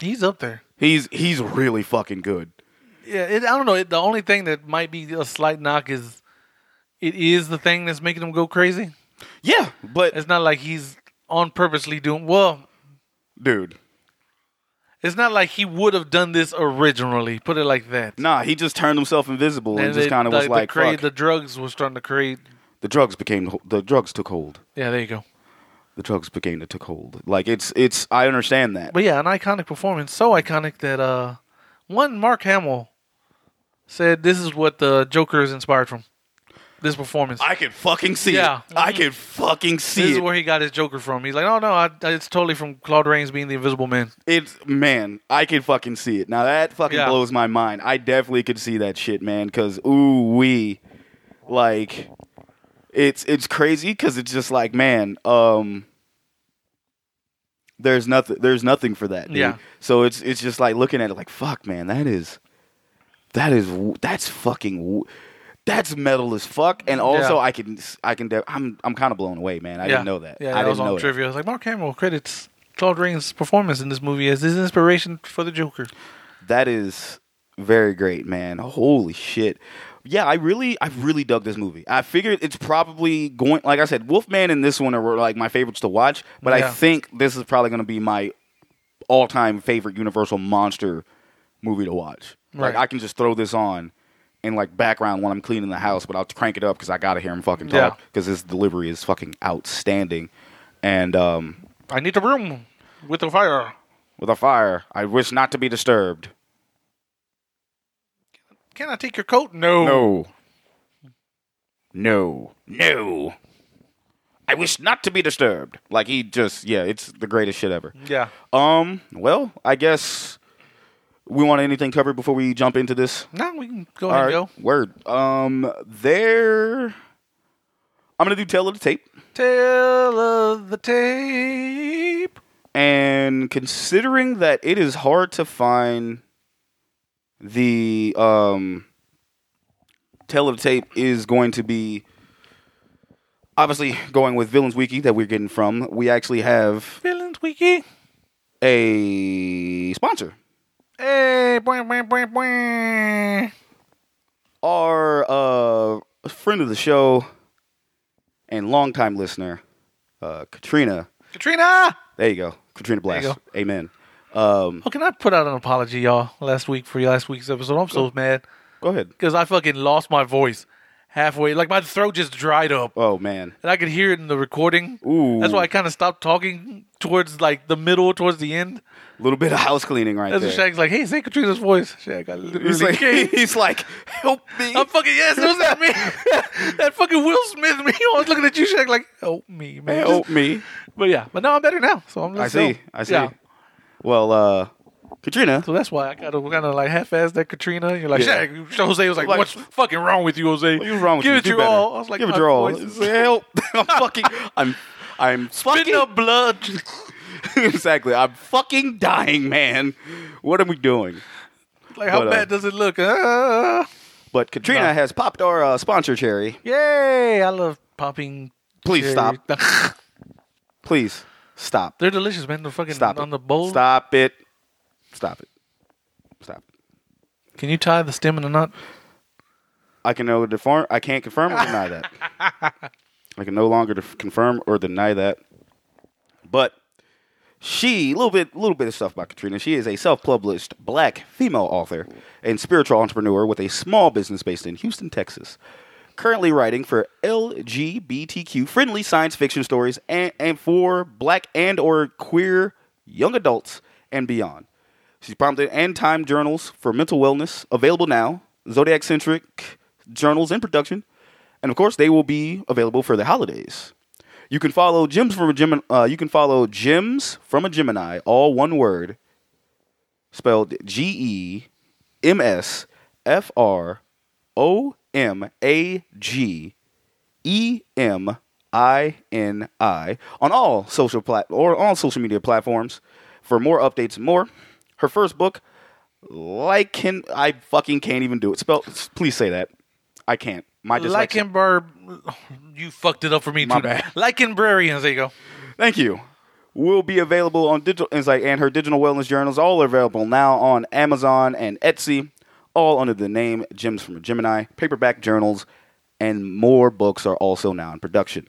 S6: He's up there.
S7: He's he's really fucking good.
S6: Yeah, it, I don't know. It, the only thing that might be a slight knock is, it is the thing that's making him go crazy.
S7: Yeah, but
S6: It's not like he's on purposely doing. Well,
S7: dude,
S6: it's not like he would have done this originally. Put it like that.
S7: nah, he just turned himself invisible and, just
S6: they-
S7: kind of was like,
S6: the, cra-
S7: fuck.
S6: the drugs were starting to create.
S7: the drugs became the drugs took hold.
S6: Yeah, there you go.
S7: The drugs became to took hold. Like it's it's I understand that.
S6: But yeah, an iconic performance, so iconic that uh, one Mark Hamill said this is what the Joker is inspired from. This performance.
S7: I can fucking see
S6: Yeah. Mm-hmm.
S7: it. I can fucking
S6: this
S7: see
S6: is
S7: it.
S6: where he got his Joker from. He's like, oh no, I, I- it's totally from Claude Rains being the Invisible Man.
S7: It's man, I can fucking see it. Now that fucking
S6: Yeah.
S7: blows my mind. I definitely could see that shit, man. Cause ooh wee, like it's it's crazy because it's just like man, um, there's nothing there's nothing for that. Dude.
S6: Yeah.
S7: So it's it's just like looking at it like fuck, man. That is that is w- that's fucking. w- that's metal as fuck, and also
S6: Yeah.
S7: I can I can de- I'm I'm kind of blown away, man. I
S6: yeah.
S7: didn't know that.
S6: Yeah,
S7: I
S6: that
S7: didn't
S6: was on
S7: know that.
S6: trivia. I was like, Mark Hamill credits Claude Rains' performance in this movie as his inspiration for the Joker.
S7: That is very great, man. Holy shit. Yeah, I really, I really dug this movie. I figured it's probably going, like I said, Wolfman and this one are like my favorites to watch, but I
S6: Yeah.
S7: think this is probably going to be my all time favorite Universal Monster movie to watch. Like,
S6: Right.
S7: I can just throw this on in like background when I'm cleaning the house, but I'll crank it up because I got to hear him fucking
S6: Yeah.
S7: talk because his delivery is fucking outstanding. And um,
S6: I need a room with a fire.
S7: with a fire, I wish not to be disturbed.
S6: Can I take your coat? No.
S7: No. No. No. I wish not to be disturbed. Like he just yeah, it's the greatest shit ever.
S6: Yeah.
S7: Um, well, I guess We want anything covered before we jump into this?
S6: No, we can go ahead and go.
S7: Word. Um, there. I'm gonna do tail of the tape,
S6: Tale of the tape.
S7: and considering that it is hard to find the um tail of the tape is going to be obviously going with villains wiki that we're getting from. We actually have
S6: Villains Wiki.
S7: a sponsor.
S6: Hey, boing, boing, boing, boing.
S7: our uh, friend of the show and longtime listener, uh, Katrina.
S6: Katrina!
S7: There you go, Katrina Blast.
S6: you go.
S7: Amen. Um,
S6: Oh, can I put out an apology, y'all, last week for last week's episode? I'm so mad
S7: go ahead.
S6: because I fucking lost my voice halfway. Like, my throat just dried up.
S7: Oh man.
S6: And I could hear it in the recording.
S7: Ooh.
S6: That's why I kind of stopped talking towards like the middle, towards the end.
S7: A little bit of house cleaning right
S6: That's
S7: there.
S6: when Shaq's like, "Hey, say Katrina's voice." Shaq, I literally
S7: he's like,
S6: can't.
S7: he's like, help me.
S6: I'm fucking yes, it was that me. that fucking Will Smith me. I was looking at you, Shaq, like, help me, man.
S7: help me.
S6: But yeah, but now I'm better now, so I'm.
S7: I
S6: Let's
S7: see.
S6: go.
S7: I see.
S6: Yeah.
S7: Well, uh, Katrina.
S6: So that's why I kind of kind of like half-assed that Katrina. You're like,
S7: Yeah.
S6: Shaq, Jose was like,
S7: Like-
S6: what's fucking wrong with you, Jose?
S7: What's wrong with
S6: Give
S7: you?
S6: it
S7: Do
S6: your
S7: better.
S6: all. I was like,
S7: give it
S6: my
S7: your all.
S6: voice is
S7: Help! I'm fucking. I'm. I'm
S6: spitting
S7: fucking-
S6: up blood.
S7: exactly. I'm fucking dying, man. What are we doing?
S6: like, how
S7: But, uh,
S6: bad does it look? Uh,
S7: But Katrina
S6: No.
S7: has popped our uh, sponsor cherry.
S6: yay! I love popping.
S7: Please
S6: cherry-
S7: Please stop.
S6: They're delicious, man. The fucking
S7: Stop
S6: on
S7: it.
S6: the bowl.
S7: Stop it. Stop it. Stop. it.
S6: Can you tie the stem in a knot?
S7: I can no deform. I can't confirm or deny that. I can no longer def- confirm or deny that. But she, a little bit, little bit of stuff about Katrina. She is a self-published Black female author and spiritual entrepreneur with a small business based in Houston, Texas. Currently writing for LGBTQ-friendly science fiction stories and, and for Black and/or queer young adults and beyond. She's prompted and time journals for mental wellness available now. Zodiac centric journals in production, and of course they will be available for the holidays. You can follow Gems from a Gemini. Uh, you can follow Gems from a Gemini, all one word, spelled G E M S F R O M A G E M I N I on all social plat or on social media platforms for more updates and more. Her first book, like can I fucking can't even do it. Spell please say that. I can't. My dyslexia.
S6: Lycanbar, you fucked it up for me
S7: My
S6: too.
S7: bad.
S6: Lycanbrarians, there you go.
S7: Thank you. Will be available on Digital Insight and her digital wellness journals. All are available now on Amazon and Etsy, all under the name Gems from a Gemini. Paperback journals and more books are also now in production.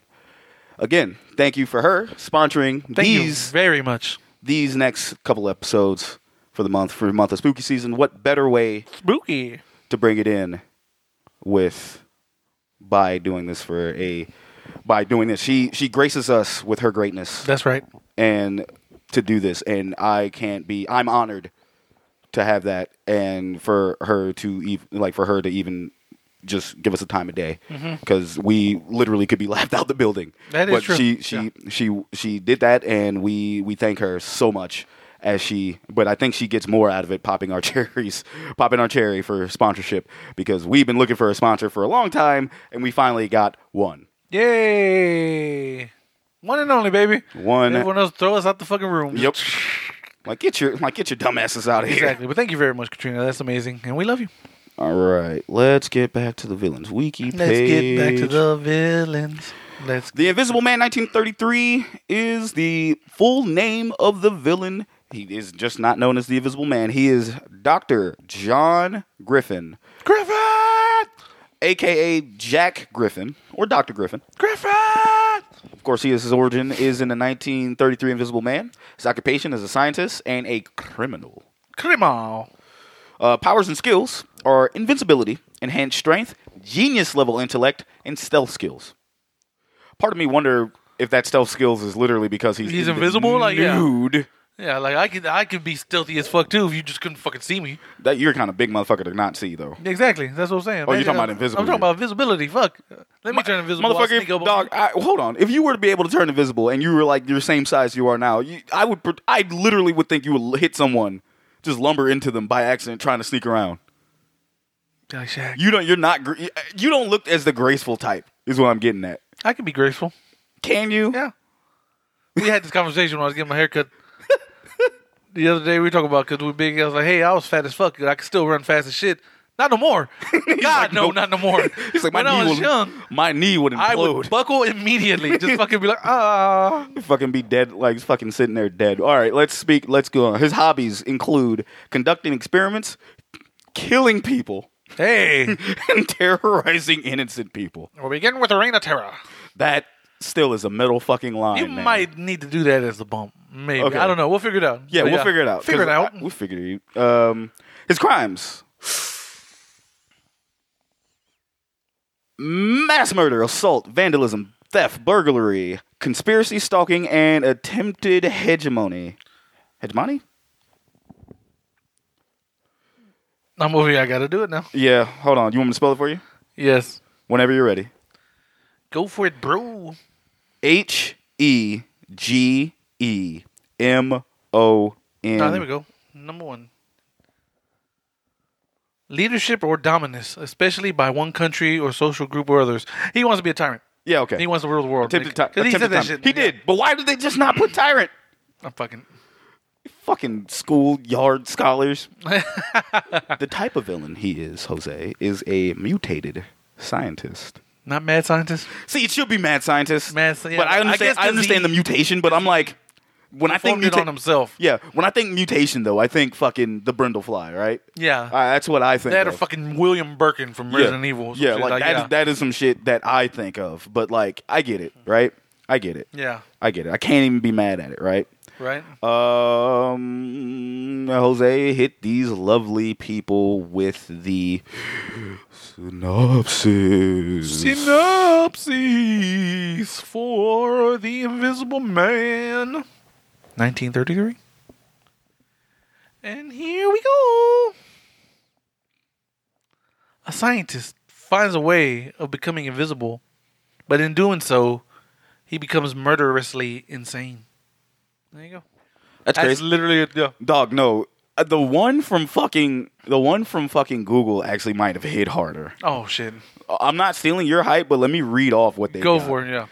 S7: Again, thank you for her sponsoring
S6: Thank
S7: these
S6: you very much.
S7: these next couple episodes for the month for the month of spooky season. What better way
S6: Spooky.
S7: to bring it in with by doing this for a by doing this. She she graces us with her greatness
S6: That's right.
S7: and to do this and i can't be i'm honored to have that and for her to ev- like for her to even just give us a time of day because we literally could be laughed out the building
S6: Mm-hmm. That is
S7: but
S6: true.
S7: she she
S6: Yeah.
S7: she she did that and we we thank her so much as she but i think she gets more out of it popping our cherries popping our cherry for sponsorship because we've been looking for a sponsor for a long time and we finally got one
S6: Yay. One and only, baby.
S7: One-
S6: Everyone else, throw us out the fucking room.
S7: yep like get your like get your dumbasses out of here
S6: Exactly. But thank you very much, Katrina. That's amazing. And we love you.
S7: All right, let's get back to the villains wiki page.
S6: Let's get back to the villains. Let's
S7: The Invisible Man 1933 is the full name of the villain. He is just not known as the Invisible Man. He is Dr. John Griffin,
S6: Griffin!
S7: aka Jack Griffin or Dr. Griffin.
S6: Griffin!
S7: Of course, he is, his origin is in the 1933 Invisible Man. His occupation is a scientist and a criminal.
S6: Crimo.
S7: Uh, powers and skills are invincibility, enhanced strength, genius level intellect, and stealth skills. Part of me wonder if that stealth skills is literally because he's
S6: He's
S7: in the
S6: invisible? Like, yeah.
S7: nude.
S6: Yeah, like I could I could be stealthy as fuck too if you just couldn't fucking see me.
S7: That you're kind of big motherfucker to not see though.
S6: Exactly. That's what I'm saying.
S7: Oh, you're
S6: Imagine-
S7: talking about
S6: I'm
S7: invisibility.
S6: talking about visibility. Fuck. Let me turn invisible. I'll
S7: Motherfucker,
S6: sneak
S7: if,
S6: up on-
S7: dog. I, hold on. If you were to be able to turn invisible and you were like your same size you are now, you, I would. pr- I literally would think you would l- hit someone just lumber into them by accident trying to sneak around.
S6: Like Shaq.
S7: You don't. You're not. gr- You don't look as the graceful type. Is what I'm getting at.
S6: I can be graceful.
S7: Can you?
S6: Yeah. We had this conversation when I was getting my haircut. The other day we were talking about because we big. I was like, "Hey, I was fat as fuck. I could still run fast as shit. Not no more. God, no,
S7: nope.
S6: not no more."
S7: He's like my
S6: when I
S7: knee
S6: was
S7: would.
S6: young,
S7: My knee would
S6: I
S7: implode.
S6: would buckle immediately. Just fucking be like, "Ah."
S7: fucking be dead, like fucking sitting there dead. All right, let's speak. Let's go on. His hobbies include conducting experiments, killing people,
S6: Hey,
S7: and terrorizing innocent people.
S6: we're beginning with the reign of terror.
S7: That still is a metal fucking line.
S6: You
S7: man.
S6: might need to do that as the bump. Maybe
S7: Okay.
S6: I don't know. We'll figure it out.
S7: Yeah,
S6: But
S7: we'll figure it out.
S6: Figure it
S7: 'Cause
S6: out.
S7: I- we'll figure it. Um, his crimes: mass murder, assault, vandalism, theft, burglary, conspiracy, stalking, and attempted hegemony. Hegemony?
S6: I'm over here. I got to do it now.
S7: Yeah. Hold on. You want me to spell it for you?
S6: Yes.
S7: Whenever you're ready.
S6: Go for it, bro.
S7: H E G E M O N.
S6: Ah, there we go. Number one. Leadership or dominance, especially by one country or social group or others. He wants to be a tyrant.
S7: Yeah. Okay.
S6: He wants to rule the world.
S7: Attempted ty-
S6: Like, 'cause he said
S7: attempted
S6: that
S7: time.
S6: shit.
S7: He did. But why did they just not put tyrant?
S6: I'm fucking.
S7: fucking schoolyard scholars. the type of villain he is, Jose, is a mutated scientist.
S6: Not mad scientist.
S7: See, it should be mad scientist.
S6: Mad sci- yeah,
S7: but I
S6: I
S7: understand.
S6: guess
S7: I,
S6: 'cause
S7: understand
S6: he-
S7: the mutation, but I'm like, when I think
S6: Formed it on
S7: mutation,
S6: himself.
S7: yeah, when I think mutation though, I think fucking the Brindlefly, right?
S6: Yeah.
S7: Uh, that's what I think.
S6: that or
S7: of.
S6: fucking William Birkin from
S7: yeah.
S6: Resident Evil. or some
S7: Yeah,
S6: shit
S7: like, that is
S6: yeah.
S7: that is some shit that I think of. But like, I get it, right? I get it.
S6: Yeah.
S7: I get it. I can't even be mad at it, right?
S6: Right.
S7: Um, Jose hit these lovely people with the synopsis.
S6: Synopses for the Invisible Man. 1933. And here we go. A scientist finds a way of becoming invisible, but in doing so, he becomes murderously insane. There you go.
S7: That's
S6: That's
S7: crazy,
S6: literally it. Yeah.
S7: dog. No, Uh, the one from fucking the one from fucking Google actually might have hit harder.
S6: Oh shit.
S7: Uh, I'm not stealing your hype, but let me read off what they
S6: Go
S7: got.
S6: for it. Yeah.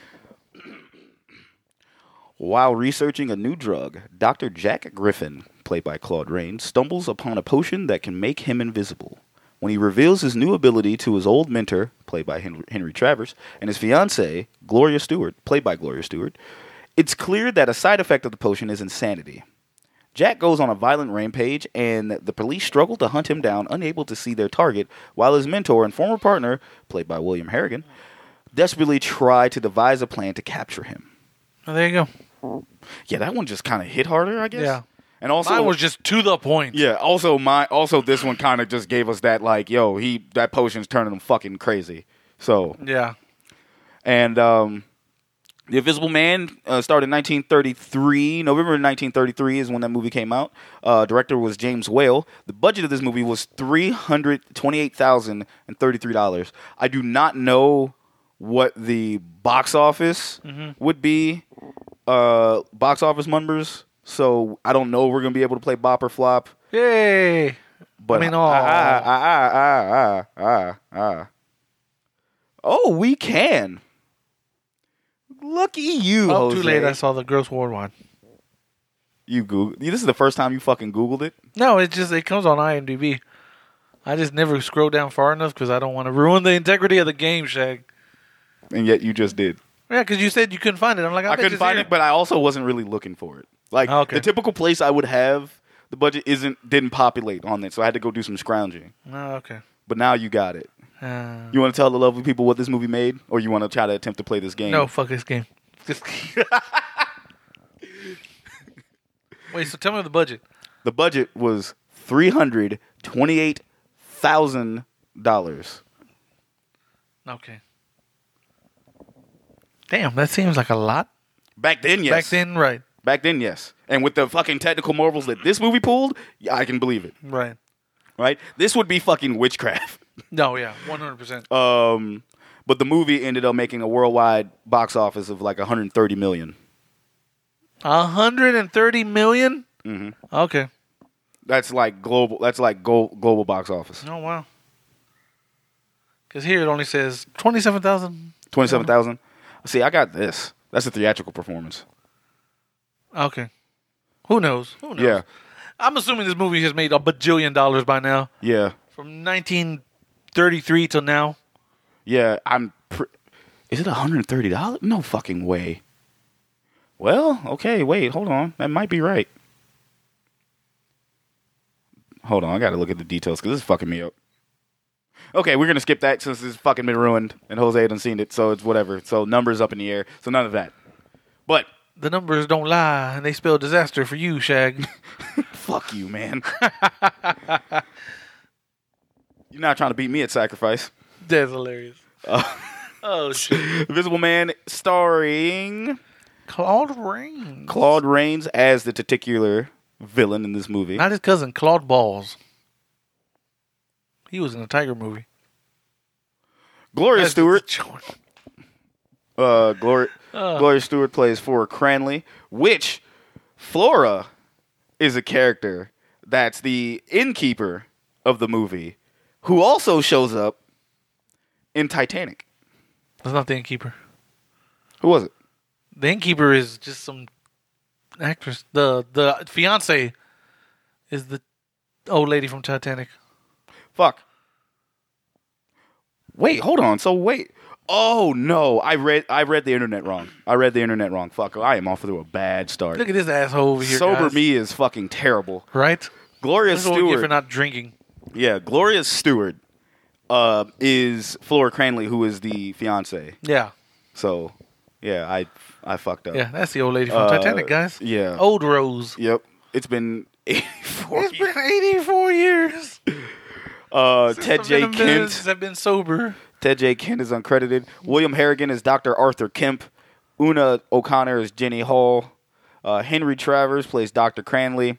S7: While researching a new drug, Dr. Jack Griffin, played by Claude Rains, stumbles upon a potion that can make him invisible. When he reveals his new ability to his old mentor, played by Hen- Henry Travers, and his fiancee, Gloria Stewart, played by Gloria Stewart, it's clear that a side effect of the potion is insanity. Jack goes on a violent rampage, and the police struggle to hunt him down, unable to see their target, while his mentor and former partner, played by William Harrigan, desperately try to devise a plan to capture him.
S6: Oh, there you go.
S7: Yeah, that one just kind of hit harder, I guess.
S6: Yeah.
S7: And also,
S6: Mine was just to the point.
S7: yeah. Also, my also this one kind of just gave us that like, yo, he that potion's turning him fucking crazy. So
S6: Yeah.
S7: and um, the Invisible Man uh, started in 1933. November 1933 is when that movie came out. Uh, director was James Whale. The budget of this movie was three hundred twenty-eight thousand and thirty-three dollars. I do not know what the box office would be. Uh, box office numbers. So I don't know if we're gonna be able to play bop or flop.
S6: Yay.
S7: But
S6: I mean, oh.
S7: ah,
S6: aw.
S7: ah, ah, ah, ah, ah, ah. Oh, we can. Lucky you,
S6: Oh,
S7: Jose.
S6: too late. I saw the gross worldwide.
S7: You Google. This is the first time you fucking Googled it.
S6: No, it just it comes on IMDb. I just never scroll down far enough because I don't want to ruin the integrity of the game, Shag.
S7: And yet you just did.
S6: Yeah, because you said you couldn't find it. I'm like, I,
S7: I
S6: bet
S7: couldn't
S6: it's
S7: find
S6: here.
S7: it, but I also wasn't really looking for it. Like
S6: Oh, okay.
S7: the typical place I would have the budget isn't didn't populate on it, so I had to go do some scrounging.
S6: Oh, okay.
S7: But now you got it.
S6: Uh,
S7: You want to tell the lovely people what this movie made, or you want to try to attempt to play this game?
S6: no, fuck this game. This- Wait, so tell me the budget.
S7: The budget was three hundred twenty-eight thousand dollars.
S6: Okay. Damn, that seems like a lot.
S7: Back then, yes.
S6: Back then, right.
S7: Back then, yes. And with the fucking technical marvels that this movie pulled, yeah, I can believe it.
S6: Right.
S7: Right? This would be fucking witchcraft.
S6: No, yeah, 100%.
S7: Um, but the movie ended up making a worldwide box office of like 130 million.
S6: 130 million? Mm-hmm. Okay.
S7: That's like global. That's like go, global box office.
S6: Oh wow. Because here it only says twenty-seven thousand.
S7: Twenty-seven thousand. See, I got this. That's a theatrical performance.
S6: Okay. Who knows? Who knows?
S7: Yeah,
S6: I'm assuming this movie has made a bajillion dollars by now.
S7: yeah,
S6: From 1933 till now.
S7: yeah. I'm. Pre- Is it one hundred thirty dollars? No fucking way. Well, okay. Wait, hold on. That might be right. Hold on. I got to look at the details because this is fucking me up. Okay, we're gonna skip that since it's fucking been ruined and Jose hasn't seen it, so it's whatever. So numbers up in the air. So none of that. But
S6: The numbers don't lie, and they spell disaster for you, Shag.
S7: Fuck you, man. You're not trying to beat me at sacrifice.
S6: That's hilarious.
S7: Uh,
S6: oh shit!
S7: Invisible Man starring
S6: Claude Rains,
S7: Claude Rains as the titular villain in this movie.
S6: not his cousin Claude Balls. He was in a Tiger movie.
S7: Gloria Stewart.
S6: Stewart.
S7: Uh, Gloria, Gloria Stewart plays Flora Cranley, which Flora is a character that's the innkeeper of the movie, who also shows up in Titanic.
S6: That's not the innkeeper.
S7: Who was it?
S6: The innkeeper is just some actress. The the fiance is the old lady from Titanic.
S7: Fuck. Wait, hold on. So wait. Oh no, I read I read the internet wrong. I read the internet wrong. Fuck. I am off to a bad start.
S6: Look at this asshole over here.
S7: Sober
S6: guys.
S7: me is fucking terrible.
S6: right?
S7: Gloria
S6: That's what we get for
S7: Stewart.
S6: not drinking.
S7: yeah, Gloria Stewart uh, is Flora Cranley, who is the fiance.
S6: Yeah,
S7: So yeah, I I fucked up.
S6: yeah. That's the old lady from
S7: Uh,
S6: Titanic, guys.
S7: yeah.
S6: Old Rose.
S7: Yep. It's been 84
S6: It's been 84 years.
S7: Uh, Ted J.
S6: I've been-
S7: Kent.
S6: since I've been sober.
S7: Ted J. Kent is uncredited. William Harrigan is Dr. Arthur Kemp. Una O'Connor is Jenny Hall. Uh, Henry Travers plays Dr. Cranley.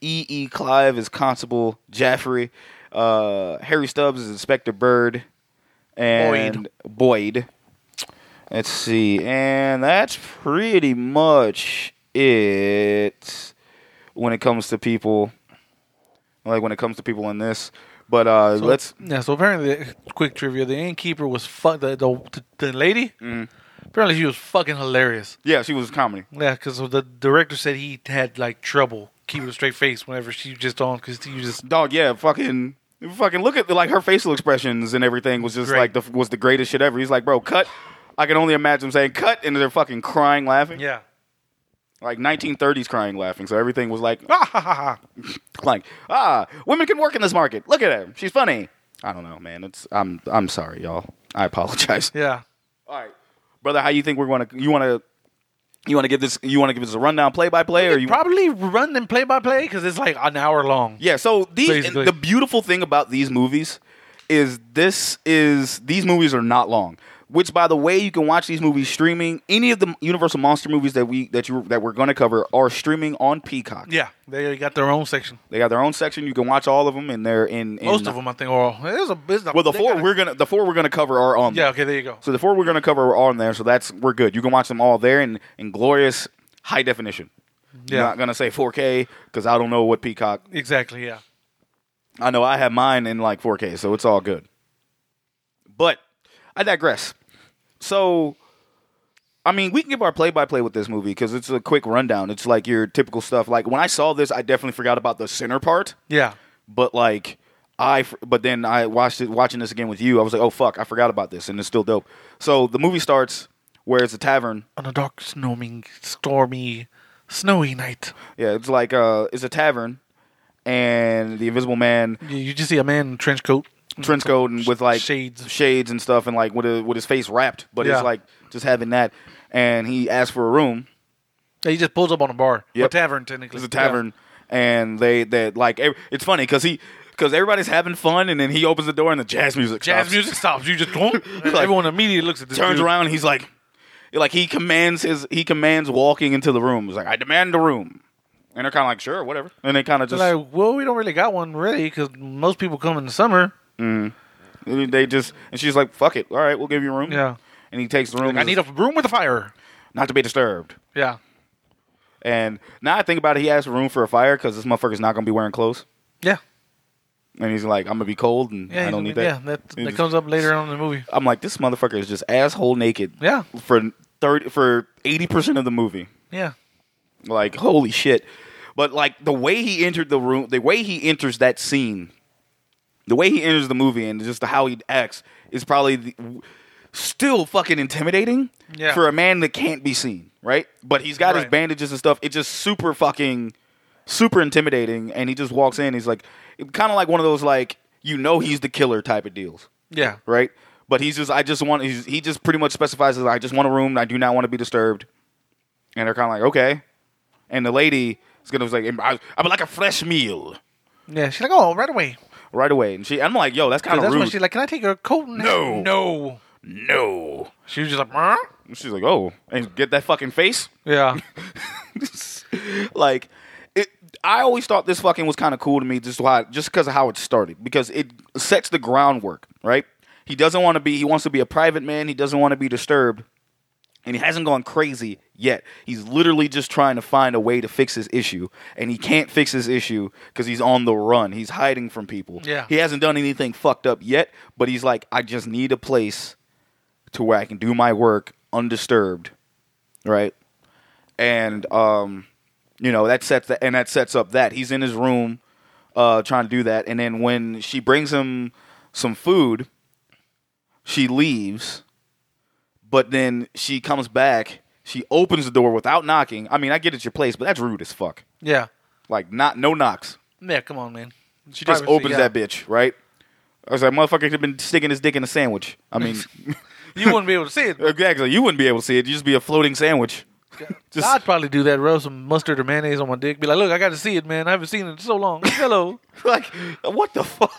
S7: E. E. Clive is Constable Jaffrey. Uh, Harry Stubbs is Inspector Byrd. And Boyd. Let's see. And that's pretty much it when it comes to people. Like when it comes to people in this. But uh, let's.
S6: Yeah, so apparently, quick trivia: the innkeeper was fuck the the, the lady.
S7: Mm.
S6: Apparently, she was fucking hilarious.
S7: Yeah, she was comedy.
S6: Yeah, because the director said he had like trouble keeping a straight face whenever she was just on because he was just
S7: dog yeah fucking fucking look at like her facial expressions and everything was just
S6: Great.
S7: like the was the greatest shit ever he's like bro cut i can only imagine him saying cut and they're fucking crying laughing
S6: yeah.
S7: like 1930s crying laughing so everything was like ah, ha, ha, ha. like ah women can work in this market look at her she's funny i don't know man it's i'm i'm sorry y'all i apologize
S6: Yeah.
S7: all right brother how you think we're gonna you want to you want to give this you want to give us a rundown play by play or you
S6: Probably run them play by play because it's like an hour long.
S7: Yeah, so these
S6: Basically.
S7: and the beautiful thing about these movies is this is these movies are not long. Which by the way, you can watch these movies streaming. Any of the Universal Monster movies that we that you that we're going to cover are streaming on Peacock.
S6: Yeah, they got their own section.
S7: They got their own section. You can watch all of them and they're in, in
S6: Most of them, I think, are. There's a business.
S7: Well, the
S6: they
S7: 4
S6: gotta-
S7: we're going to the four we're going to cover are on.
S6: Yeah. Okay. There you go.
S7: So the four we're going to cover are on there, so that's we're good. You can watch them all there in in glorious high definition.
S6: Yeah.
S7: I'm not going to say 4K cuz I don't know what Peacock.
S6: Exactly. Yeah.
S7: I know I have mine in like 4K, so it's all good. But I digress. So, I mean, we can give our play by play with this movie because it's a quick rundown. It's like your typical stuff. Like when I saw this, I definitely forgot about the center part,
S6: Yeah.
S7: but like. I but then I watched it watching this again with you. I was like, "Oh fuck, I forgot about this," and it's still dope. So the movie starts where it's a tavern.
S6: On a dark, snowing, stormy, snowy night.
S7: Yeah, it's like uh, it's a tavern, and the Invisible Man
S6: You- You just see a man in a trench coat.
S7: Mm-hmm. trench coat and with like
S6: Shades.
S7: shades and stuff, and like with a, with his face wrapped, but
S6: Yeah.
S7: it's like just having that. And he asked for a room.
S6: He just pulls up on a bar.
S7: Yep.
S6: A tavern, technically.
S7: It's a tavern, and they that like ev- it's funny because he because everybody's having fun, and then he opens the door and the jazz music
S6: Yeah. Jazz
S7: stops.
S6: music stops. You just don't.
S7: Like-
S6: Everyone immediately looks at this.
S7: turns
S6: dude.
S7: around, and he's like, like he commands his he commands walking into the room. He's like, I demand a room, and they're kind of like, sure, whatever, and they kind of just
S6: They're like, well, we don't really got one really because most people come in the summer.
S7: they just and she's like, fuck it, all right, we'll give you a room.
S6: Yeah.
S7: and he takes the room.
S6: Like, I need a room with a fire.
S7: not to be disturbed.
S6: Yeah.
S7: And now I think about it, he asked for room for a fire because this motherfucker's not gonna be wearing clothes,
S6: Yeah.
S7: and he's like, "I'm gonna be cold, and
S6: Yeah.
S7: I don't
S6: he's-
S7: need that."
S6: Yeah, that,
S7: And
S6: that
S7: just-
S6: comes up later on in the movie.
S7: I'm like, this motherfucker is just asshole naked.
S6: Yeah.
S7: For thirty, for eighty percent of the movie.
S6: Yeah.
S7: Like, holy shit. But like the way he entered the room, the way he enters that scene, the way he enters the movie, and just how he acts is probably the, still fucking intimidating
S6: Yeah.
S7: for a man that can't be seen, right? But he's got his
S6: Right.
S7: bandages and stuff. It's just super fucking super intimidating, and he just walks in. He's like, kind of like one of those like you know he's the killer type of deals
S6: Yeah.
S7: right? But he's just, I just want, he's, he just pretty much specifies, that I just want a room. I do not want to be disturbed. And they're kind of like, okay. And the lady is going to was like, I, I would like a fresh meal
S6: Yeah. She's like, oh, right away.
S7: right away. And she, I'm like, yo, that's kind of
S6: That's when
S7: rude.
S6: she's like, can I take your coat? and-
S7: No.
S6: No.
S7: no.
S6: She was just like, huh?
S7: And she's like, oh, and get that fucking face.
S6: Yeah.
S7: like it I always thought this fucking was kind of cool to me just why just because of how it started because it sets the groundwork, right? He doesn't want to be he wants to be a private man, he doesn't want to be disturbed. And he hasn't gone crazy yet. He's literally just trying to find a way to fix his issue, and he can't fix his issue because he's on the run. He's hiding from people.
S6: Yeah.
S7: he hasn't done anything fucked up yet, but he's like, I just need a place to where I can do my work undisturbed, right? And um, you know that sets the, and that sets up that he's in his room, uh, trying to do that, and then when she brings him some food, she leaves, but then she comes back. She opens the door without knocking. I mean, I get it's your place, but that's rude as fuck.
S6: Yeah.
S7: Like, not no knocks.
S6: Yeah. Come on, man.
S7: She just opens that bitch, right? I was like, motherfucker could have been sticking his dick in a sandwich. I mean,
S6: You wouldn't be able to see it.
S7: Exactly. You wouldn't be able to see it. You'd just be a floating sandwich. Just
S6: I'd probably do that. Rub some mustard or mayonnaise on my dick. Be like, look, I got to see it, man. I haven't seen it in so long. Hello.
S7: like what the fuck?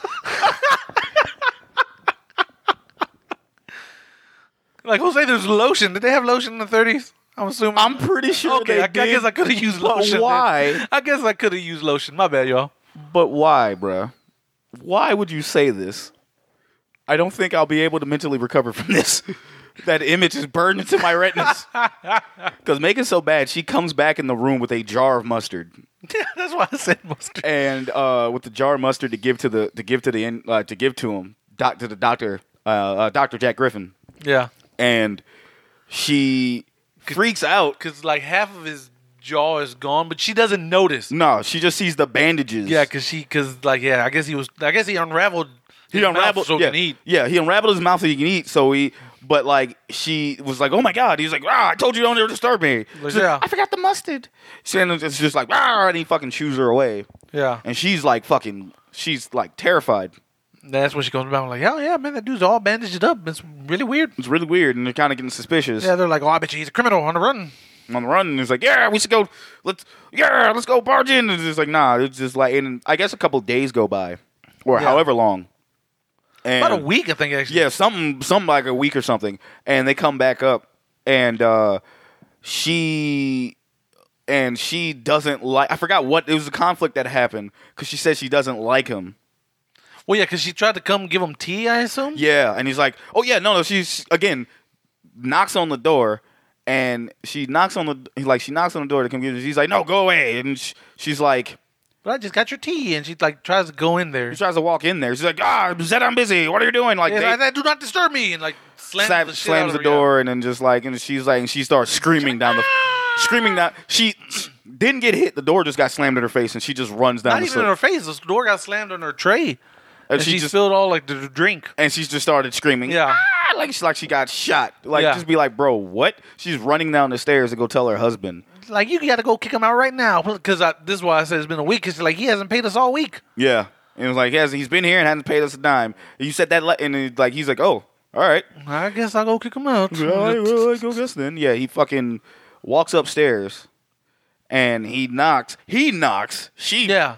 S6: like, Jose, there's lotion. Did they have lotion in the 30s? I'm assuming.
S7: I'm pretty sure
S6: okay.
S7: they
S6: I, I
S7: did,
S6: guess I could have used
S7: but
S6: lotion. then.
S7: Why?
S6: I guess I could have used lotion. My bad, y'all.
S7: But why, bruh? Why would you say this? I don't think I'll be able to mentally recover from this. that image is burned into my retinas. Because Megan's so bad, she comes back in the room with a jar of mustard,
S6: That's why I said mustard.
S7: and uh, with the jar of mustard to give to the to give to the in, uh, to give to him doc, to the doctor uh, uh, Doctor Jack Griffin,
S6: Yeah.
S7: and she freaks out
S6: Because, like, half of his jaw is gone, but she doesn't notice.
S7: No, she just sees the bandages.
S6: Yeah, because she, because, like, yeah, I guess he was, I guess he unraveled.
S7: he
S6: his mouth
S7: unraveled.
S6: So he
S7: yeah,
S6: can eat.
S7: yeah, he unraveled his mouth so he can eat. So he, but like she was like, "Oh my god!" He's like, "Ah, I told you don't ever disturb me." She's like,
S6: yeah.
S7: I forgot the mustard. She- And it's just like, "Ah," and he fucking shoos her away,
S6: Yeah.
S7: and she's like, fucking, she's like terrified.
S6: That's when she comes back. I'm like, oh, yeah, man, that dude's all bandaged up. It's really weird.
S7: It's really weird, and they're kind of getting suspicious.
S6: Yeah, they're like, oh, I bet you he's a criminal on the run.
S7: on the run and it's like, yeah, we should go. Let's yeah, let's go barge in. And it's like, nah, it's just like, and I guess a couple days go by, or
S6: Yeah.
S7: however long. And
S6: About a week, I think, actually.
S7: yeah, something, something like a week or something, and they come back up, and uh, she, and she doesn't like. I forgot what it was a conflict that happened because she said she doesn't like him.
S6: Well, yeah, because she tried to come give him tea, I assume.
S7: Yeah, and he's like, oh yeah, no, no. She's again knocks on the door, and she knocks on the like she knocks on the door to come get. She's like, no, go away, and sh she's like.
S6: But I just got your tea, and she like tries to go in there.
S7: She tries to walk in there. She's like, "Ah, said I'm busy. What are you doing?" Like,
S6: Yeah,
S7: they-
S6: like, "That- do not disturb me, and like slams
S7: slap-
S6: the shit out
S7: slams
S6: of
S7: the
S6: her,
S7: door and then just like and she's like and she starts screaming down the screaming down she didn't get hit the door just got slammed in her face and she just runs
S6: Yeah.
S7: down
S6: Not
S7: the
S6: even in
S7: slip
S6: her face. The door got slammed on her tray,
S7: and
S6: and
S7: she,
S6: she,
S7: just
S6: spilled all like the the drink.
S7: and she's just started screaming
S6: Yeah.
S7: "Ah!" like she's like she got shot like
S6: Yeah.
S7: just be like bro what she's running down the stairs to go tell her husband
S6: Like you got to go kick him out right now, because this is why I said it's been a week. Because like he hasn't paid us all week.
S7: yeah and it was like yes he's been here and hasn't paid us a dime you said that le- and it, like he's like oh all right
S6: I guess I'll go kick him out.
S7: All right, well, I go guess then. Yeah, he fucking walks upstairs and he knocks. He knocks. She
S6: yeah,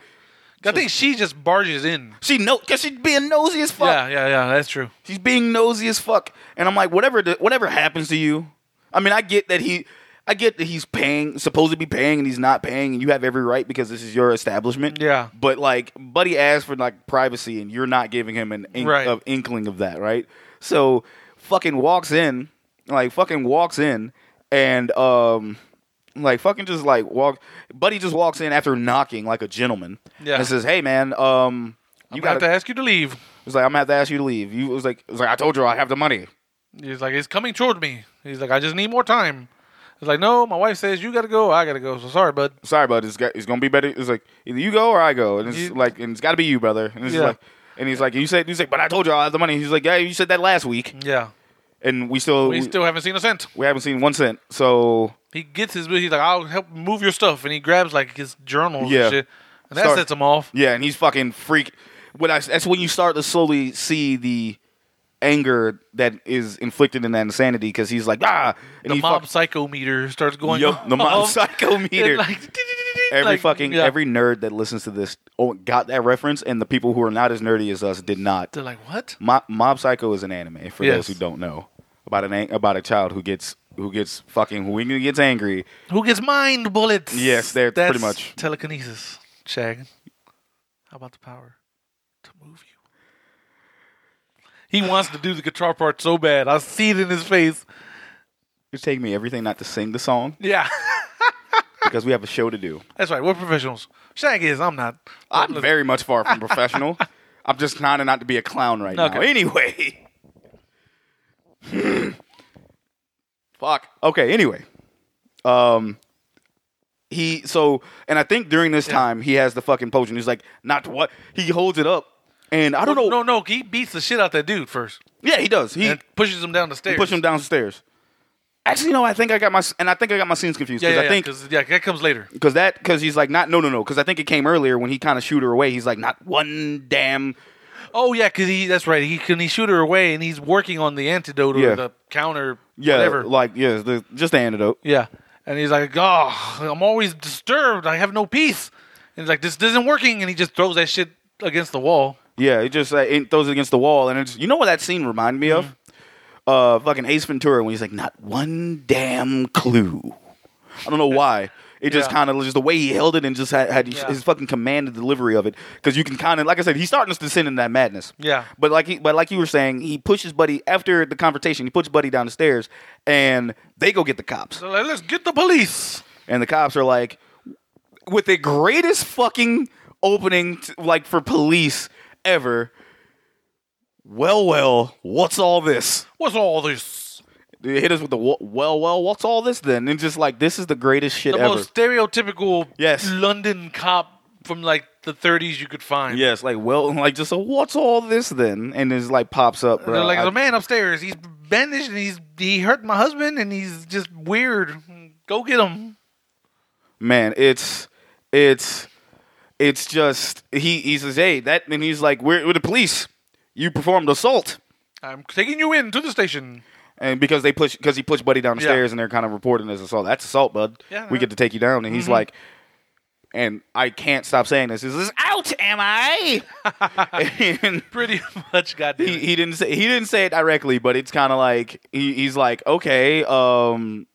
S6: I think she just barges in.
S7: She no, cause she's being nosy as fuck.
S6: Yeah, yeah, yeah. That's true.
S7: She's being nosy as fuck. And I'm like, whatever, the, whatever happens to you. I mean, I get that he, I get that he's paying, supposed to be paying, and he's not paying, and you have every right because this is your establishment.
S6: Yeah.
S7: But like, Buddy asked for like privacy, and you're not giving him an ink
S6: Right.
S7: of inkling of that, right? So, fucking walks in, like fucking walks in, and um, Like fucking just like walk. Buddy just walks in after knocking like a gentleman.
S6: Yeah.
S7: And says, "Hey man, um, you
S6: You
S7: got
S6: got to ask you to leave.
S7: It was like I'm gonna have to ask you to leave. You it was like it was like I told you I have the money.
S6: He's like, it's coming toward me. He's like, I just need more time. It's like, no, my wife says you got to go. I got to go. So sorry, bud.
S7: Sorry, bud. It's, got, it's gonna be better. It's like either you go or I go, and it's
S6: You-
S7: like and it's got to be you, brother. And it's just
S6: Yeah.
S7: like and he's like you said he's like but I told you I have the money. He's like yeah you said that last week,
S6: Yeah.
S7: and we still
S6: We
S7: we,
S6: still haven't seen a cent.
S7: we haven't seen one cent. So
S6: He gets his, he's like, I'll help move your stuff. And he grabs like his journals
S7: Yeah.
S6: and shit. And that
S7: Start-
S6: sets him off.
S7: yeah, and he's fucking freak. When I that's when you start to slowly see the anger that is inflicted in that insanity because he's like ah and
S6: The
S7: he
S6: mob
S7: fuck-
S6: psycho meter starts going
S7: Yo, the mob
S6: off.
S7: psychometer.
S6: And, like,
S7: Every
S6: like,
S7: fucking
S6: yeah.
S7: every nerd that listens to this oh, got that reference, and the people who are not as nerdy as us did not.
S6: They're like, what?
S7: Mob, Mob Psycho is an anime for
S6: Yes.
S7: those who don't know about an ang- about a child who gets who gets fucking who gets angry.
S6: Who gets mind bullets?
S7: Yes, they're
S6: That's
S7: pretty much-
S6: telekinesis. Shag. How about the power to move you? He wants to do the guitar part so bad. I see it in his face.
S7: It's taking me everything not to sing the song
S6: Yeah,
S7: because we have a show to do.
S6: that's right. We're professionals. Shag is. I'm not.
S7: I'm
S6: Look,
S7: very much far from professional. I'm just trying to not to be a clown right now.
S6: Okay.
S7: Anyway. Fuck. Okay, anyway. Um he so and I think during this time he has the fucking potion. He's like, not what he holds it up and I don't know.
S6: No, no. He beats the shit out that dude first
S7: Yeah, he does. He
S6: and pushes him down the stairs.
S7: push him down the stairs. Actually, no, I think I got my and I think I got my scenes confused
S6: Yeah,
S7: because
S6: yeah,
S7: I think
S6: yeah, 'cause- yeah, that comes later.
S7: Because that, because he's like, not, no, no, no. Because I think it came earlier when he kind of shoot her away. He's like, not one damn
S6: Oh yeah, because he. That's right. He can he shoot her away, and he's working on the antidote or
S7: Yeah.
S6: the counter.
S7: Yeah,
S6: whatever.
S7: like yeah, the, just the antidote.
S6: Yeah. And he's like, oh, I'm always disturbed. I have no peace. And he's like, this isn't working. And he just throws that shit against the wall.
S7: Yeah, it just uh, it throws it against the wall, and it's you know what that scene reminded me
S6: Mm-hmm.
S7: of? Uh, fucking Ace Ventura when he's like, not one damn clue. I don't know why. It just
S6: Yeah.
S7: kind of just the way he held it and just had, had
S6: Yeah.
S7: his fucking command and delivery of it because you can kind of like I said he's starting to descend in that madness.
S6: Yeah.
S7: But like he, but like you were saying, he pushes Buddy after the confrontation. He puts Buddy down the stairs, and they go get the cops.
S6: So like, let's get the police.
S7: and the cops are like with the greatest fucking opening t like for police ever well well what's all this
S6: What's all this?
S7: they hit us with the "Wh- well well what's all this then and just like this is the greatest shit
S6: The
S7: ever
S6: most stereotypical
S7: Yes.
S6: London cop from like the 30s you could find.
S7: yes like well like just so what's all this then and it's like pops up
S6: They're
S7: bro.
S6: like,
S7: I-
S6: the man upstairs, he's bandaged and he's he hurt my husband and he's just weird. Go get him.
S7: man, it's it's it's just he he says hey that and he's like we're, we're the police you performed assault
S6: I'm taking you in to the station.
S7: and because they push because he pushed Buddy down the
S6: Yeah.
S7: stairs and they're kind of reporting this assault. That's assault, bud.
S6: Yeah, Mm-hmm.
S7: we
S6: no.
S7: get to take you down, and he's like, and I can't stop saying this. Is this out? Am I? and
S6: Pretty much, goddamn.
S7: he,
S6: it.
S7: he didn't say he didn't say it directly, but it's kind of like he, he's like okay, um,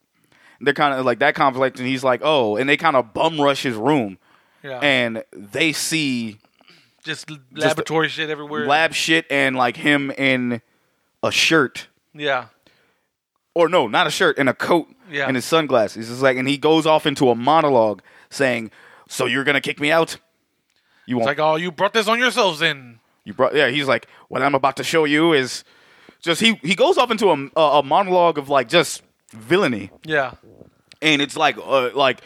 S7: they're kind of like that conflict, and he's like oh, and they kind of bum rush his room,
S6: Yeah.
S7: and they see
S6: just laboratory shit everywhere.
S7: lab shit and like him in a shirt
S6: yeah.
S7: or no, not a shirt, and a coat
S6: Yeah.
S7: and his sunglasses. It's just like, and he goes off into a monologue saying, "So you're gonna kick me out? You
S6: It's
S7: won't?
S6: like, oh, you brought this on yourselves then.
S7: you brought? Yeah." He's like, "What I'm about to show you is just he he goes off into a a, a monologue of like just villainy,
S6: Yeah.
S7: and it's like uh, like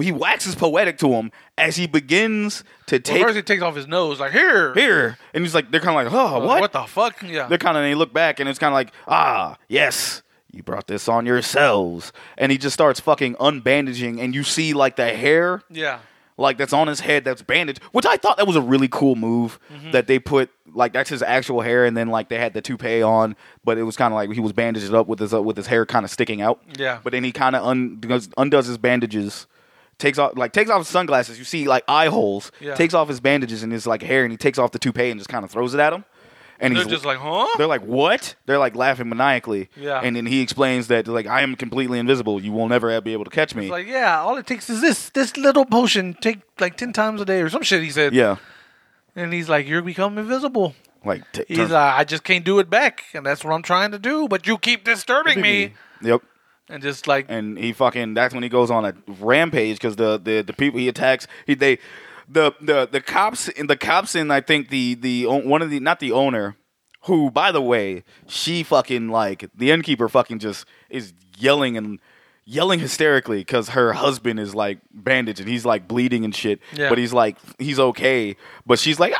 S7: he waxes poetic to him as he begins to
S6: Well,
S7: take
S6: first he takes off his nose, like here,
S7: here, and he's like, they're kind of like, "Oh,
S6: Uh,
S7: what?
S6: the fuck? Yeah,
S7: they're kind of they look back and it's kind of like ah yes you brought this on yourselves and he just starts fucking unbandaging and you see like the hair
S6: yeah,
S7: like that's on his head that's bandaged which i thought that was a really cool move
S6: Mm-hmm.
S7: that they put like that's his actual hair and then like they had the toupee on but it was kind of like he was bandaged up with his uh, with his hair kind of sticking out
S6: Yeah.
S7: but then he kind of un- does- undoes his bandages takes off like takes off his sunglasses you see like eye holes
S6: Yeah.
S7: takes off his bandages and his like hair and he takes off the toupee and just kind of throws it at him and
S6: They're
S7: he's
S6: just like, huh?
S7: they're like, "What?" They're like laughing maniacally.
S6: Yeah.
S7: And then he explains that like I am completely invisible. You will never be able to catch me.
S6: It's like, yeah, all it takes is this this little potion. Take like ten times a day or some shit. He said,
S7: yeah.
S6: and he's like, you become invisible.
S7: Like t-
S6: He's uh,
S7: turn-
S6: like, I just can't do it back, and that's what I'm trying to do. But you keep disturbing me.
S7: Yep.
S6: and just like
S7: and he fucking that's when he goes on a rampage because the, the the people he attacks he they the the the cops in the cops in I think the the o- one of the not the owner who by the way she fucking like the innkeeper fucking just is yelling and yelling hysterically because her husband is like bandaged and he's like bleeding and shit
S6: Yeah.
S7: but he's like he's okay but she's like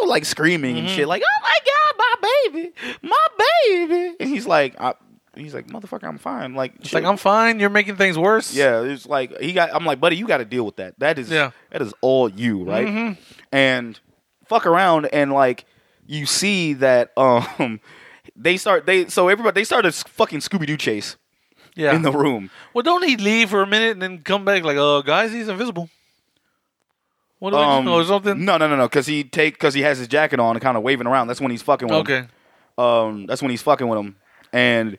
S7: oh like screaming
S6: Mm-hmm.
S7: and shit like oh my god my baby my baby and he's like I, he's like motherfucker I'm fine like
S6: it's like I'm fine. You're making things worse.
S7: yeah, it's like he got. I'm like, buddy, you got to deal with that. That is,
S6: Yeah. Mm-hmm.
S7: that is all you, right? And fuck around and like you see that um they start they so everybody they start a fucking Scooby Doo chase
S6: yeah.
S7: in the room.
S6: well, don't he leave for a minute and then come back like, oh, guys, he's invisible. What do I
S7: Um,
S6: know or something?
S7: No, no, no, no, because he take because he has his jacket on and kind of waving around. That's when he's fucking with him.
S6: Okay.
S7: Um, that's when he's fucking with him, and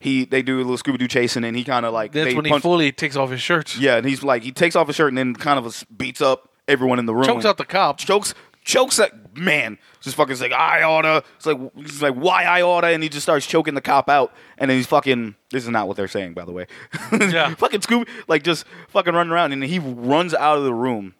S7: he they do a little Scooby Doo chasing and he kind of like
S6: That's
S7: they
S6: when he
S7: punch-
S6: fully takes off his shirt.
S7: yeah, and he's like he takes off his shirt and then kind of s- beats up everyone in the room.
S6: Chokes out the cop.
S7: chokes chokes at man just fucking like I oughta it's like he's like why I oughta and he just starts choking the cop out and then he's fucking this is not what they're saying by the way
S6: Yeah.
S7: fucking Scooby like just fucking running around and he runs out of the room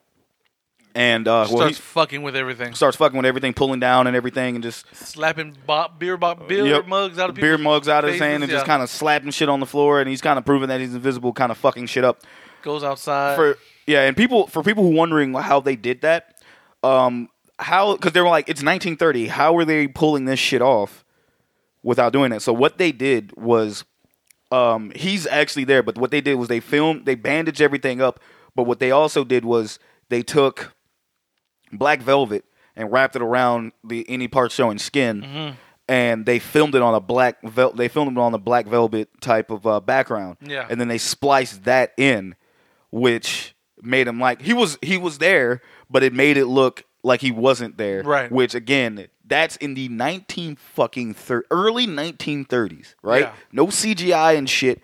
S7: and uh well, he
S6: starts fucking with everything.
S7: starts fucking with everything pulling down and everything and just
S6: Slapping bop, beer, bop, beer
S7: Uh, Yep.
S6: mugs out of
S7: beer
S6: people's
S7: mugs out of his
S6: faces,
S7: hand and just
S6: yeah.
S7: kind of slapping shit on the floor and he's kind of proving that he's invisible kind of fucking shit up
S6: goes outside.
S7: for yeah, and people for people who wondering how they did that, um, how because they were like it's 1930. How were they pulling this shit off without doing it? So what they did was, um, he's actually there, but what they did was they filmed, they bandaged everything up, but what they also did was they took black velvet and wrapped it around the any part showing skin.
S6: Mm-hmm.
S7: And they filmed it on a black vel- they filmed it on a black velvet type of uh, background,
S6: Yeah.
S7: And then they spliced that in, which made him like he was he was there, but it made it look like he wasn't there.
S6: Right.
S7: Which again, that's in the nineteen fucking thir- early nineteen thirties, right?
S6: Yeah.
S7: No CGI and shit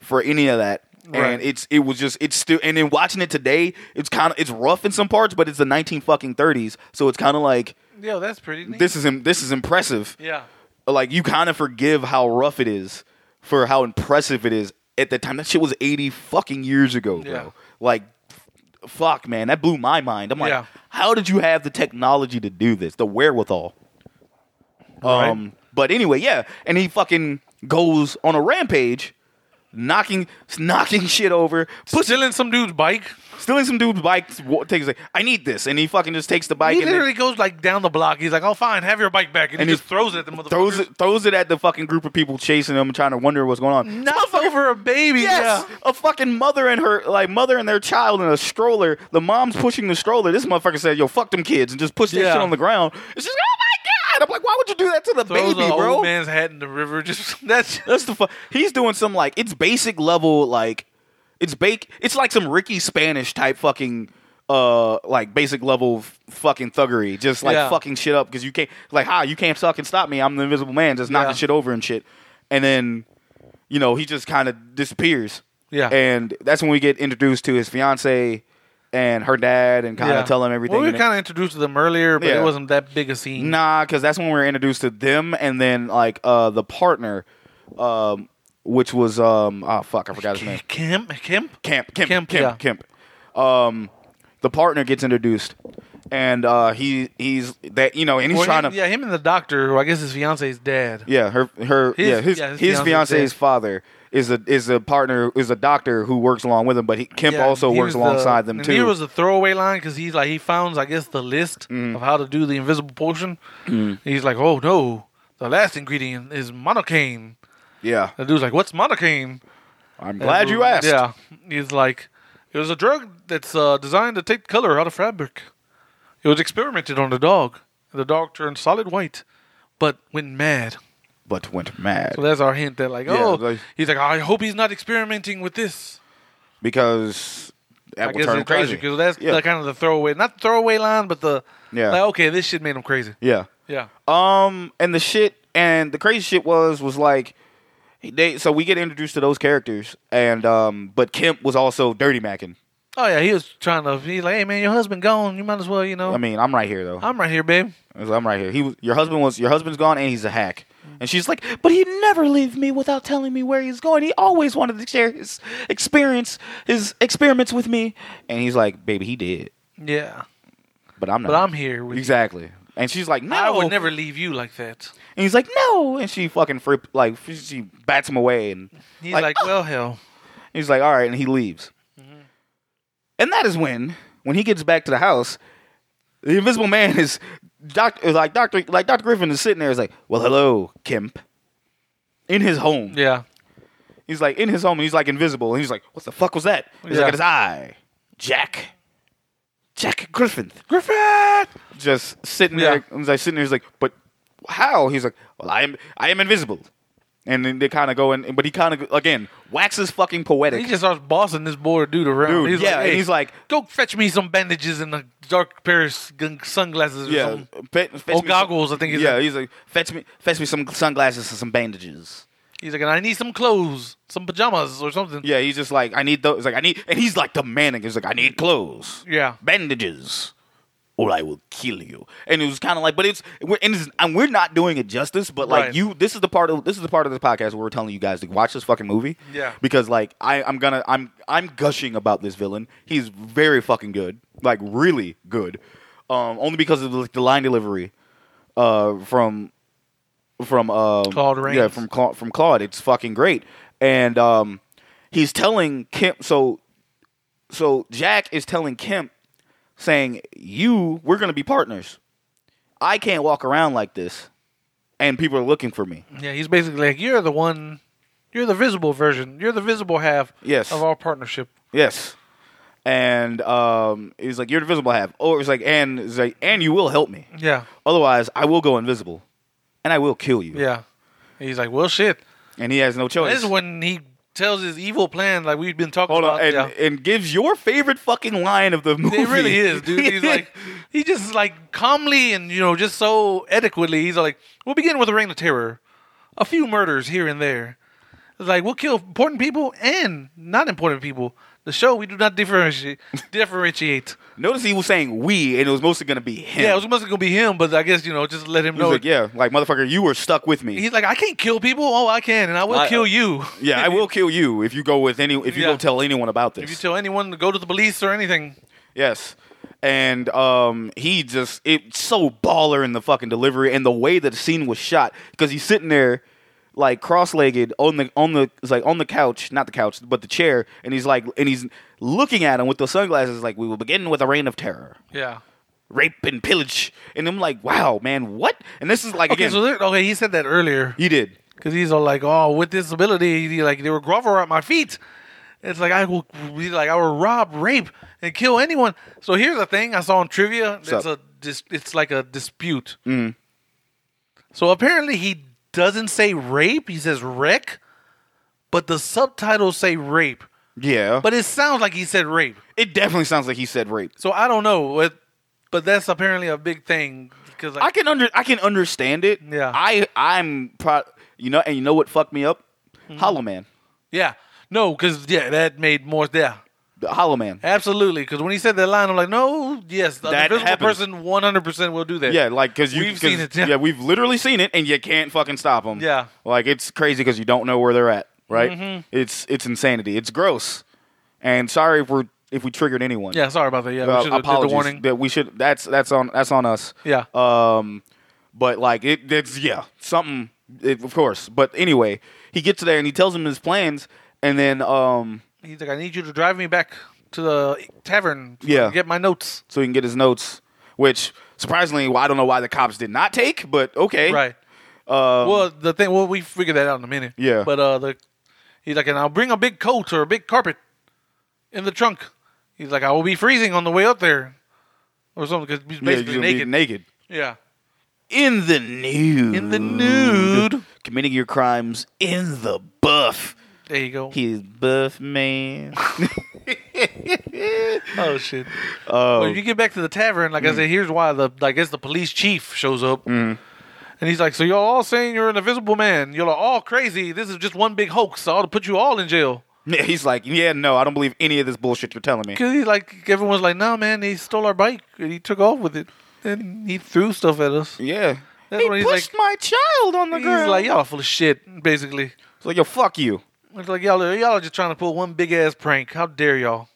S7: for any of that.
S6: Right.
S7: And it's it was just it's still and then watching it today, it's kind of it's rough in some parts, but it's the nineteen fucking thirties, so it's kind of like
S6: yeah, that's pretty neat.
S7: this is im- this is impressive
S6: yeah.
S7: like you kind of forgive how rough it is for how impressive it is at the time. That shit was eighty fucking years ago, bro.
S6: Yeah.
S7: Like, f- fuck, man, that blew my mind. I'm like,
S6: Yeah.
S7: how did you have the technology to do this, the wherewithal? Um, but anyway, yeah, and he fucking goes on a rampage, knocking knocking shit over, puts
S6: Stealing some dude's bike.
S7: stealing some dude's bike. wa- Takes like, I need this, and he fucking just takes the bike
S6: He
S7: and then
S6: literally goes like down the block. He's like, "Oh, fine, have your bike back," and,
S7: And
S6: he
S7: he
S6: just throws it at the motherfucker.
S7: throws it throws it at the fucking group of people chasing him, trying to wonder what's going on.
S6: Knock over a baby.
S7: Yes,
S6: Yeah.
S7: a fucking mother and her like mother and their child in a stroller. The mom's pushing the stroller. This motherfucker said, "Yo, fuck them kids," and just pushed that
S6: Yeah.
S7: shit on the ground. It's just, oh my god! I'm like, why would you do that to the
S6: Throws
S7: baby,
S6: a
S7: bro?
S6: old man's hat in the river. Just that's
S7: That's the fu- He's doing some like it's basic level like it's bake. It's like some Ricky Spanish type fucking uh like basic level f- fucking thuggery. Just like
S6: Yeah.
S7: fucking shit up because you can't like ha you can't fucking stop me. I'm the Invisible Man. Just knocking
S6: Yeah.
S7: shit over and shit. And then you know he just kind of disappears.
S6: Yeah.
S7: And that's when we get introduced to his fiance and her dad and kind of
S6: yeah.
S7: tell him everything.
S6: Well, we
S7: and it-
S6: kind of introduced to them earlier, but
S7: Yeah.
S6: it wasn't that big a scene.
S7: Nah, because that's when we were introduced to them, and then like uh the partner, um, which was um oh fuck I forgot his name
S6: Kemp, Kemp,
S7: Kemp Kemp
S6: Kemp,
S7: Kemp Kemp,
S6: yeah.
S7: Um, the partner gets introduced, and uh he he's that you know and he's
S6: Well,
S7: trying
S6: him-
S7: to
S6: yeah, him and the doctor, who I guess his fiance's dad.
S7: yeah her her
S6: His-
S7: yeah his
S6: yeah, his
S7: his,
S6: fiance's
S7: fiance's
S6: dead.
S7: father is a is a partner is a doctor who works along with him, but he, Kemp
S6: Yeah,
S7: also
S6: he
S7: works
S6: was the-
S7: alongside them
S6: and
S7: too.
S6: Here was a throwaway line because he's like he found I guess the list
S7: Mm-hmm.
S6: of how to do the invisible potion. He's like, oh no, the last ingredient is monocaine.
S7: yeah,
S6: The dude's like, what's monocaine?
S7: I'm glad you asked.
S6: Yeah, he's like, it was a drug that's uh, designed to take color out of fabric. It was experimented on the dog. The dog turned solid white, but went mad.
S7: but went mad
S6: So that's our hint that like,
S7: Yeah,
S6: oh,
S7: like-
S6: he's like, I hope he's not experimenting with this.
S7: because that
S6: I
S7: will
S6: guess
S7: turn him
S6: it's crazy
S7: crazy.
S6: because that's
S7: Yeah.
S6: the kind of the throwaway, not throwaway line, but the
S7: Yeah.
S6: like, okay, this shit made him crazy.
S7: yeah.
S6: Yeah,
S7: Um, and the shit and the crazy shit was was like they so we get introduced to those characters and um but Kemp was also dirty macking.
S6: oh yeah, he was trying to. He's like, hey man, your husband gone. You might as well, you know.
S7: I mean, I'm right here though.
S6: I'm right here, babe.
S7: I'm right here. He was your husband was your husband's gone and he's a hack. And she's like, but he never leave me without telling me where he's going. He always wanted to share his experience, his experiments with me. And he's like, baby, he did,
S6: Yeah.
S7: but I'm not.
S6: But I'm here with you.
S7: exactly. And she's like, no,
S6: I would never leave you like that.
S7: And he's like, no. And she fucking flip, like she- she bats him away, and
S6: He's
S7: Like,
S6: like, well, hell.
S7: he's like, all right, and he leaves.
S6: Mm-hmm.
S7: And that is when, when he gets back to the house, the Invisible Man is, doc, is like Doctor, like Doctor Griffin is sitting there, is like, well, hello, Kemp, in his home.
S6: Yeah.
S7: He's like in his home, and he's like invisible, and he's like, what the fuck was that? He's
S6: Yeah.
S7: like, his eye, Jack, Jack Griffin,
S6: Griffin!
S7: just sitting
S6: Yeah.
S7: there. He's like sitting there. He's like, but how? He's like, well, I am, I am invisible. And then they kind of go in, but he kind of again waxes fucking poetic.
S6: He just starts bossing this bored dude around.
S7: Dude,
S6: he's
S7: yeah,
S6: like,
S7: and
S6: "Hey,
S7: he's like-
S6: go fetch me some bandages and a dark pair of s- gun- sunglasses or
S7: yeah,
S6: something.
S7: fe- fetch
S6: Oh,
S7: me
S6: goggles,
S7: some-
S6: I think he's
S7: Yeah,
S6: like-
S7: he's like, fetch me, fetch me some sunglasses and some bandages.
S6: He's like, and I need some clothes, some pajamas or something.
S7: Yeah, he's just like, I need those. Like, I need, and he's like demanding. He's like, I need clothes.
S6: Yeah.
S7: bandages or I will kill you. And it was kind of like, but it's we're, and, it's and we're not doing it justice. But like
S6: Right.
S7: you, this is the part of this is the part of this podcast where we're telling you guys to watch this fucking movie.
S6: Yeah.
S7: because like I, I'm gonna I'm I'm gushing about this villain. He's very fucking good, like really good. Um, only because of the, the line delivery, uh, from from um,
S6: Claude Rains.
S7: Yeah, from Cla- from Claude. It's fucking great. And um, he's telling Kim. So so Jack is telling Kemp, saying, "You, we're gonna be partners. I can't walk around like this, and people are looking for me."
S6: Yeah, he's basically like, you're the one, you're the visible version, you're the visible half
S7: Yes.
S6: of our partnership.
S7: Yes, and um, he's like, "You're the visible half." Oh, it's like, and it's like, and you will help me.
S6: Yeah,
S7: Otherwise, I will go invisible, and I will kill you.
S6: yeah. And he's like, well, shit.
S7: And he has no choice.
S6: This is when he tells his evil plan, like we've been talking
S7: Hold
S6: about.
S7: on, and,
S6: yeah.
S7: and gives your favorite fucking line of the movie.
S6: It really is, dude. He's like, he just like calmly and you know just so adequately. He's like, we'll begin with a reign of terror, a few murders here and there. It's like we'll kill important people and not important people. The show we do not differentiate. differentiate.
S7: Notice he was saying "we," and it was mostly gonna be him.
S6: Yeah, it was mostly gonna be him, but I guess you know just let him
S7: He was
S6: know.
S7: like, "Yeah, like motherfucker, you were stuck with me."
S6: He's like, I can't kill people. Oh, I can, and I will
S7: I- uh,
S6: kill you.
S7: Yeah, I will kill you if you go with any if you
S6: Yeah.
S7: go tell anyone about this.
S6: If you tell anyone to go to the police or anything,
S7: yes. And um he just it's so baller in the fucking delivery and the way that the scene was shot because he's sitting there like cross-legged on the on the it's like on the couch, not the couch, but the chair and he's like and he's looking at him with the sunglasses like we will begin with a reign of terror.
S6: yeah.
S7: Rape and pillage. And I'm like, "Wow, man, what?" And this is like
S6: Okay,
S7: again
S6: so there- okay, he said that earlier.
S7: he did.
S6: Because he's all like, oh, with this ability, he like they were grovel at my feet. It's like I will, he's like I will rob, rape, and kill anyone. So here's the thing I saw on trivia. It's
S7: up? Mm.
S6: a dis- it's like a dispute. So apparently he doesn't say rape. He says wreck, but the subtitles say rape.
S7: Yeah. But
S6: But it sounds like he said rape.
S7: it definitely sounds like he said rape.
S6: So I don't know, but, but that's apparently a big thing because like,
S7: I can under I can understand it.
S6: Yeah.
S7: I I'm pro- you know and you know what fucked me up?
S6: Hmm.
S7: Hollow Man.
S6: yeah, no, because yeah, that made more yeah.
S7: The Hollow Man.
S6: Absolutely, because when he said that line, I'm like, no, yes, the
S7: That
S6: invisible
S7: happens.
S6: person 100 percent will do that.
S7: Yeah, like because you
S6: We've
S7: 'cause-
S6: seen it, yeah.
S7: we've literally seen it, and you can't fucking stop them.
S6: Yeah. Mm-hmm.
S7: like it's crazy because you don't know where they're at. Right? It's it's insanity. It's gross. And sorry if we're if we triggered anyone.
S6: yeah. Sorry about that. Yeah,
S7: Uh,
S6: we should have did
S7: apologies.
S6: the warning.
S7: That we should. That's that's on that's on us.
S6: yeah,
S7: Um, but like it, it's yeah, something it, of course. But anyway, he gets there and he tells him his plans, and then um,
S6: he's like, I need you to drive me back to the tavern. so I
S7: Yeah.
S6: can get my notes.
S7: so he can get his notes, which surprisingly, well, I don't know why the cops did not take, but okay,
S6: Right.
S7: Um,
S6: well, the thing. Well, we figure that out in a minute.
S7: Yeah.
S6: But uh, the he's like, and I'll bring a big coat or a big carpet in the trunk. He's like, I will be freezing on the way up there, or something, because he's
S7: yeah,
S6: basically
S7: you're gonna be
S6: naked.
S7: naked
S6: yeah.
S7: in the nude,
S6: In the nude.
S7: committing your crimes in the buff.
S6: There you go.
S7: He's buff man.
S6: Oh shit.
S7: Oh.
S6: Well, you get back to the tavern, like I said, here's why the I guess the police chief shows up, and he's like, "So y'all all saying you're an invisible man? Y'all are all crazy. This is just one big hoax. I ought to put you all in jail."
S7: Yeah, he's like, yeah, no, I don't believe any of this bullshit you're telling me.
S6: Cause he's like, everyone's like, "No, man, he stole our bike and he took off with it, and he threw stuff at us."
S7: Yeah.
S6: That's
S7: he
S6: when he's
S7: pushed
S6: like,
S7: my child on the
S6: he's
S7: ground.
S6: like, y'all full of shit, basically.
S7: It's like, yo, fuck you.
S6: It's like y'all, are, y'all are just trying to pull one big ass prank. How dare y'all?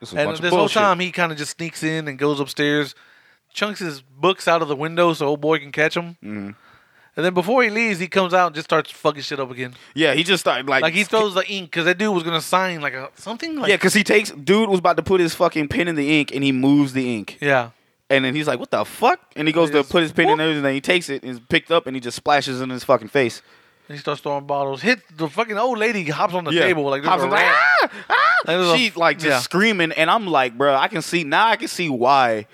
S7: This is a
S6: And
S7: bunch of
S6: this whole
S7: bullshit.
S6: time, he kind of just sneaks in and goes upstairs, chunks his books out of the window so old boy can catch him. Mm-hmm. And then before he leaves, he comes out and just starts fucking shit up again.
S7: Yeah, he just started like,
S6: Like he throws the ink because that dude was gonna sign like a something. Like,
S7: yeah, because he takes dude was about to put his fucking pen in the ink and he moves the ink.
S6: yeah.
S7: And then he's like, "What the fuck?" And he goes to
S6: Just
S7: put his pen in there, and then he takes it and it's picked up, and he just splashes it in his fucking face.
S6: And he starts throwing bottles. Hit the fucking old lady hops on the table like
S7: I was
S6: there's a
S7: like,
S6: rat.
S7: ah, ah!
S6: Like, there's a-
S7: She like just
S6: yeah.
S7: screaming, and I'm like, bro, I can see now. I can see why.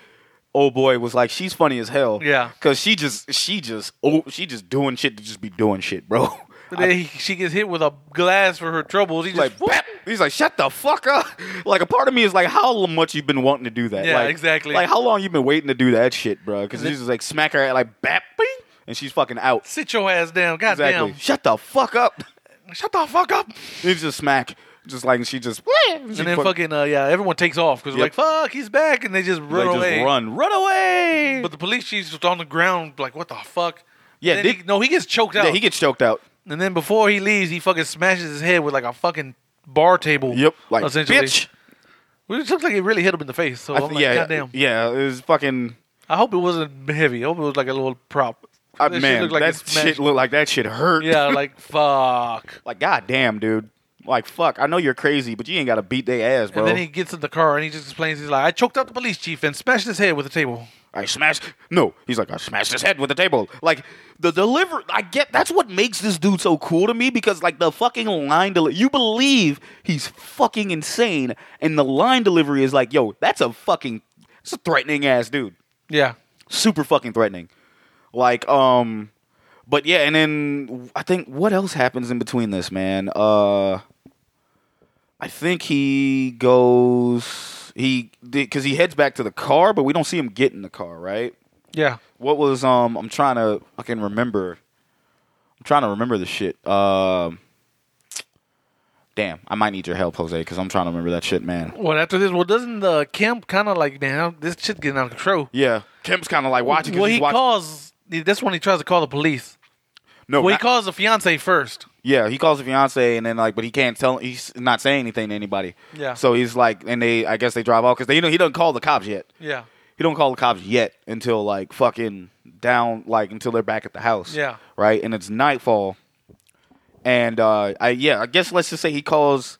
S7: Oh boy, was like she's funny as hell.
S6: Yeah.
S7: because she just she just oh she just doing shit to just be doing shit, bro.
S6: But then he, she gets hit with a glass for her troubles. He just
S7: like
S6: whoop.
S7: "Bap." he's like shut the fuck up like a part of me is like how much you've been wanting to do that
S6: Yeah,
S7: like,
S6: exactly.
S7: like how long you been waiting to do that shit bro because
S6: And
S7: he's just like smack her like bap bing, and she's fucking out
S6: sit your ass down. Goddamn,
S7: exactly shut the fuck up
S6: shut the fuck up.
S7: he's just smack just like she just and
S6: and then fucking uh, yeah, everyone takes off because
S7: Yep.
S6: like fuck, he's back, and they just run
S7: like, just
S6: away.
S7: run run away
S6: But the police chief's just on the ground like what the fuck.
S7: Yeah,
S6: Then he-
S7: Dick-
S6: no, he gets choked out.
S7: yeah he gets choked out
S6: and then before he leaves, he fucking smashes his head with like a fucking bar table.
S7: yep like
S6: essentially.
S7: bitch
S6: Which looks like it really hit him in the face. So
S7: I
S6: I
S7: th-
S6: am like,
S7: yeah
S6: goddamn.
S7: yeah it was fucking
S6: I hope it wasn't heavy. I hope it was like a little prop.
S7: I,
S6: That shit
S7: uh, man
S6: looked like it
S7: that shit
S6: smashed-
S7: looked like that shit hurt
S6: Yeah, like fuck.
S7: Like, goddamn, dude. Like, fuck. I know you're crazy, but you ain't got to beat their ass, bro.
S6: And then he gets in the car and he just explains. He's like, I choked out the police chief and smashed his head with a table.
S7: I smashed. No, he's like, I smashed his head with the table. Like, the deliver. I get that's what makes this dude so cool to me because, like, the fucking line delivery. You believe he's fucking insane, and the line delivery is like, yo, that's a fucking, it's a threatening ass dude.
S6: Yeah,
S7: super fucking threatening. Like, um, but yeah, and then I think what else happens in between this, man? Uh, I think he goes, he, because he heads back to the car, but we don't see him get in the car, right?
S6: yeah.
S7: What was, um, I'm trying to fucking remember. I'm trying to remember the shit. Um, damn, I might need your help, Jose, because I'm trying to remember that shit, man.
S6: Well, after this, well, doesn't the Kemp kind of like, man, this shit getting out of control?
S7: Yeah, Kemp's kind of like watching. 'cause
S6: Well,
S7: he's
S6: he
S7: watch-
S6: calls. That's when he tries to call the police.
S7: No,
S6: Well, he
S7: not-
S6: calls the fiance first.
S7: Yeah, he calls the fiance, and then like, but he can't tell. He's not saying anything to anybody.
S6: Yeah.
S7: So he's like, and they, I guess they drive off because they, you know, he doesn't call the cops yet.
S6: Yeah,
S7: He don't call the cops yet until like fucking down, like until they're back at the house.
S6: Yeah.
S7: Right, and it's nightfall, and uh, I yeah, I guess let's just say he calls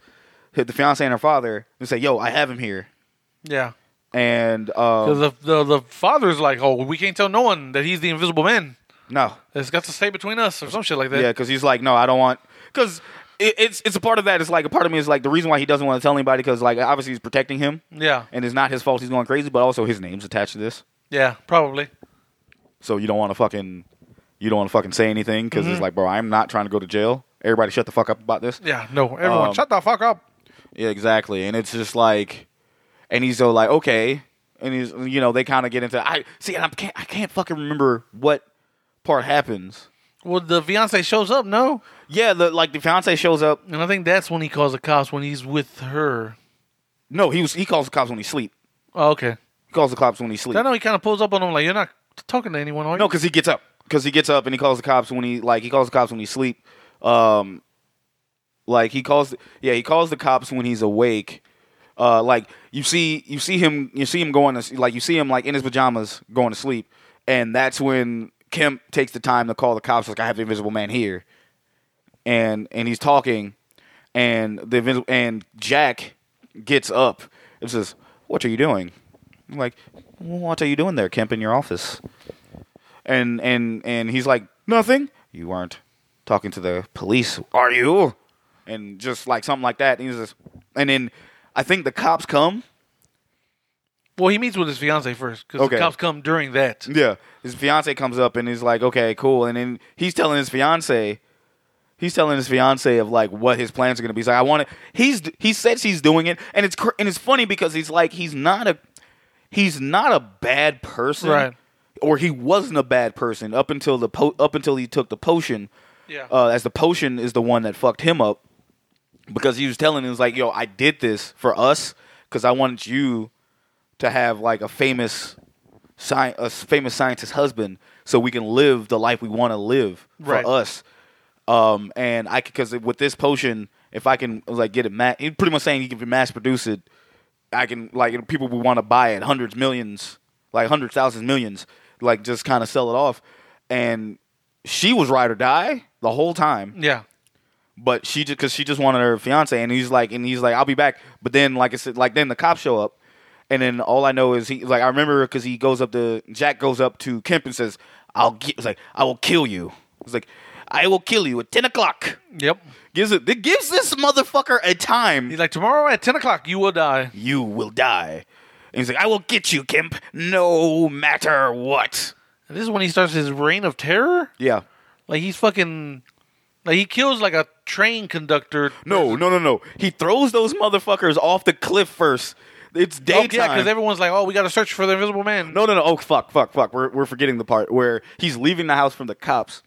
S7: the fiance and her father and say, "Yo, I have him here,"
S6: yeah.
S7: and uh,
S6: 'Cause the, the the father's like, oh, we can't tell no one that he's the Invisible Man.
S7: no,
S6: It's got to stay between us or some shit like that.
S7: Yeah, because he's like, no, I don't want. Because it, it's it's a part of that. It's like a part of me is like the reason why he doesn't want to tell anybody because like obviously he's protecting him.
S6: Yeah.
S7: and it's not his fault he's going crazy, but also his name's attached to this,
S6: yeah, probably.
S7: so you don't want to fucking you don't want to fucking say anything because it's like, bro, I'm not trying to go to jail. Everybody, shut the fuck up about this.
S6: Yeah, no, everyone,
S7: Um,
S6: shut the fuck up.
S7: Yeah, exactly. And it's just like, and he's so like, okay, and he's you know they kind of get into I see, and I can't I can't fucking remember what part happens.
S6: Well, the fiance shows up, no,
S7: Yeah, the, like the fiance shows up.
S6: and I think that's when he calls the cops when he's with her.
S7: No, he was he calls the cops when he's asleep.
S6: Oh, okay.
S7: He calls the cops when he's asleep.
S6: I know he kind of pulls up on him like, you're not talking to anyone, are you?
S7: No, because he gets up. Because he gets up and he calls the cops when he like he calls the cops when he's asleep. Um, like he calls yeah he calls the cops when he's awake. Uh, like you see you see him you see him going to s- like you see him like in his pajamas going to sleep, and that's when Kemp takes the time to call the cops like I have the Invisible Man here, and and he's talking, and the Invis- and Jack gets up and says, "What are you doing?" I'm like, "What are you doing there, Kemp, in your office?" and and and he's like nothing you weren't talking to the police are you and just like something like that and he's just and then i think the cops come
S6: Well, he meets with his fiance first because
S7: Okay.
S6: the cops come during that.
S7: yeah his fiance comes up and he's like okay cool and then he's telling his fiance he's telling his fiance of like what his plans are going to be he's like i want to he's he says he's doing it and it's cr- and it's funny because he's like he's not a he's not a bad person
S6: Right.
S7: or he wasn't a bad person up until the po- up until he took the potion
S6: Yeah.
S7: uh, as the potion is the one that fucked him up because he was telling him, he was like, yo, I did this for us because I wanted you to have like a famous sci- a famous scientist's husband so we can live the life we want to live
S6: Right.
S7: for us. Um, and I because with this potion, if I can like get it, ma- he's pretty much saying you can mass produce it. I can like people would want to buy it, hundreds, millions, like hundreds, thousands, millions, like just kind of sell it off. And she was ride or die the whole time
S6: Yeah.
S7: but she just because she just wanted her fiance, and he's like, and he's like, I'll be back. But then, like I said, like then the cops show up, and then all I know is he like I remember because he goes up to Jack goes up to Kemp and says, I'll get like I will kill you. It's like I will kill you at ten o'clock.
S6: Yep.
S7: Gives it, it gives this motherfucker a time.
S6: He's like, tomorrow at 10 o'clock, you will die.
S7: you will die. And he's like, I will get you, Kemp, no matter what.
S6: And this is when he starts his reign of terror.
S7: Yeah.
S6: Like, he's fucking. Like, he kills like a train conductor.
S7: No, no, no, no. He throws those motherfuckers off the cliff first. It's
S6: Oh,
S7: daytime.
S6: yeah, because everyone's like, oh, we got to search for the invisible man.
S7: No, no, no. Oh, fuck, fuck, fuck. We're, we're forgetting the part where he's leaving the house from the cops,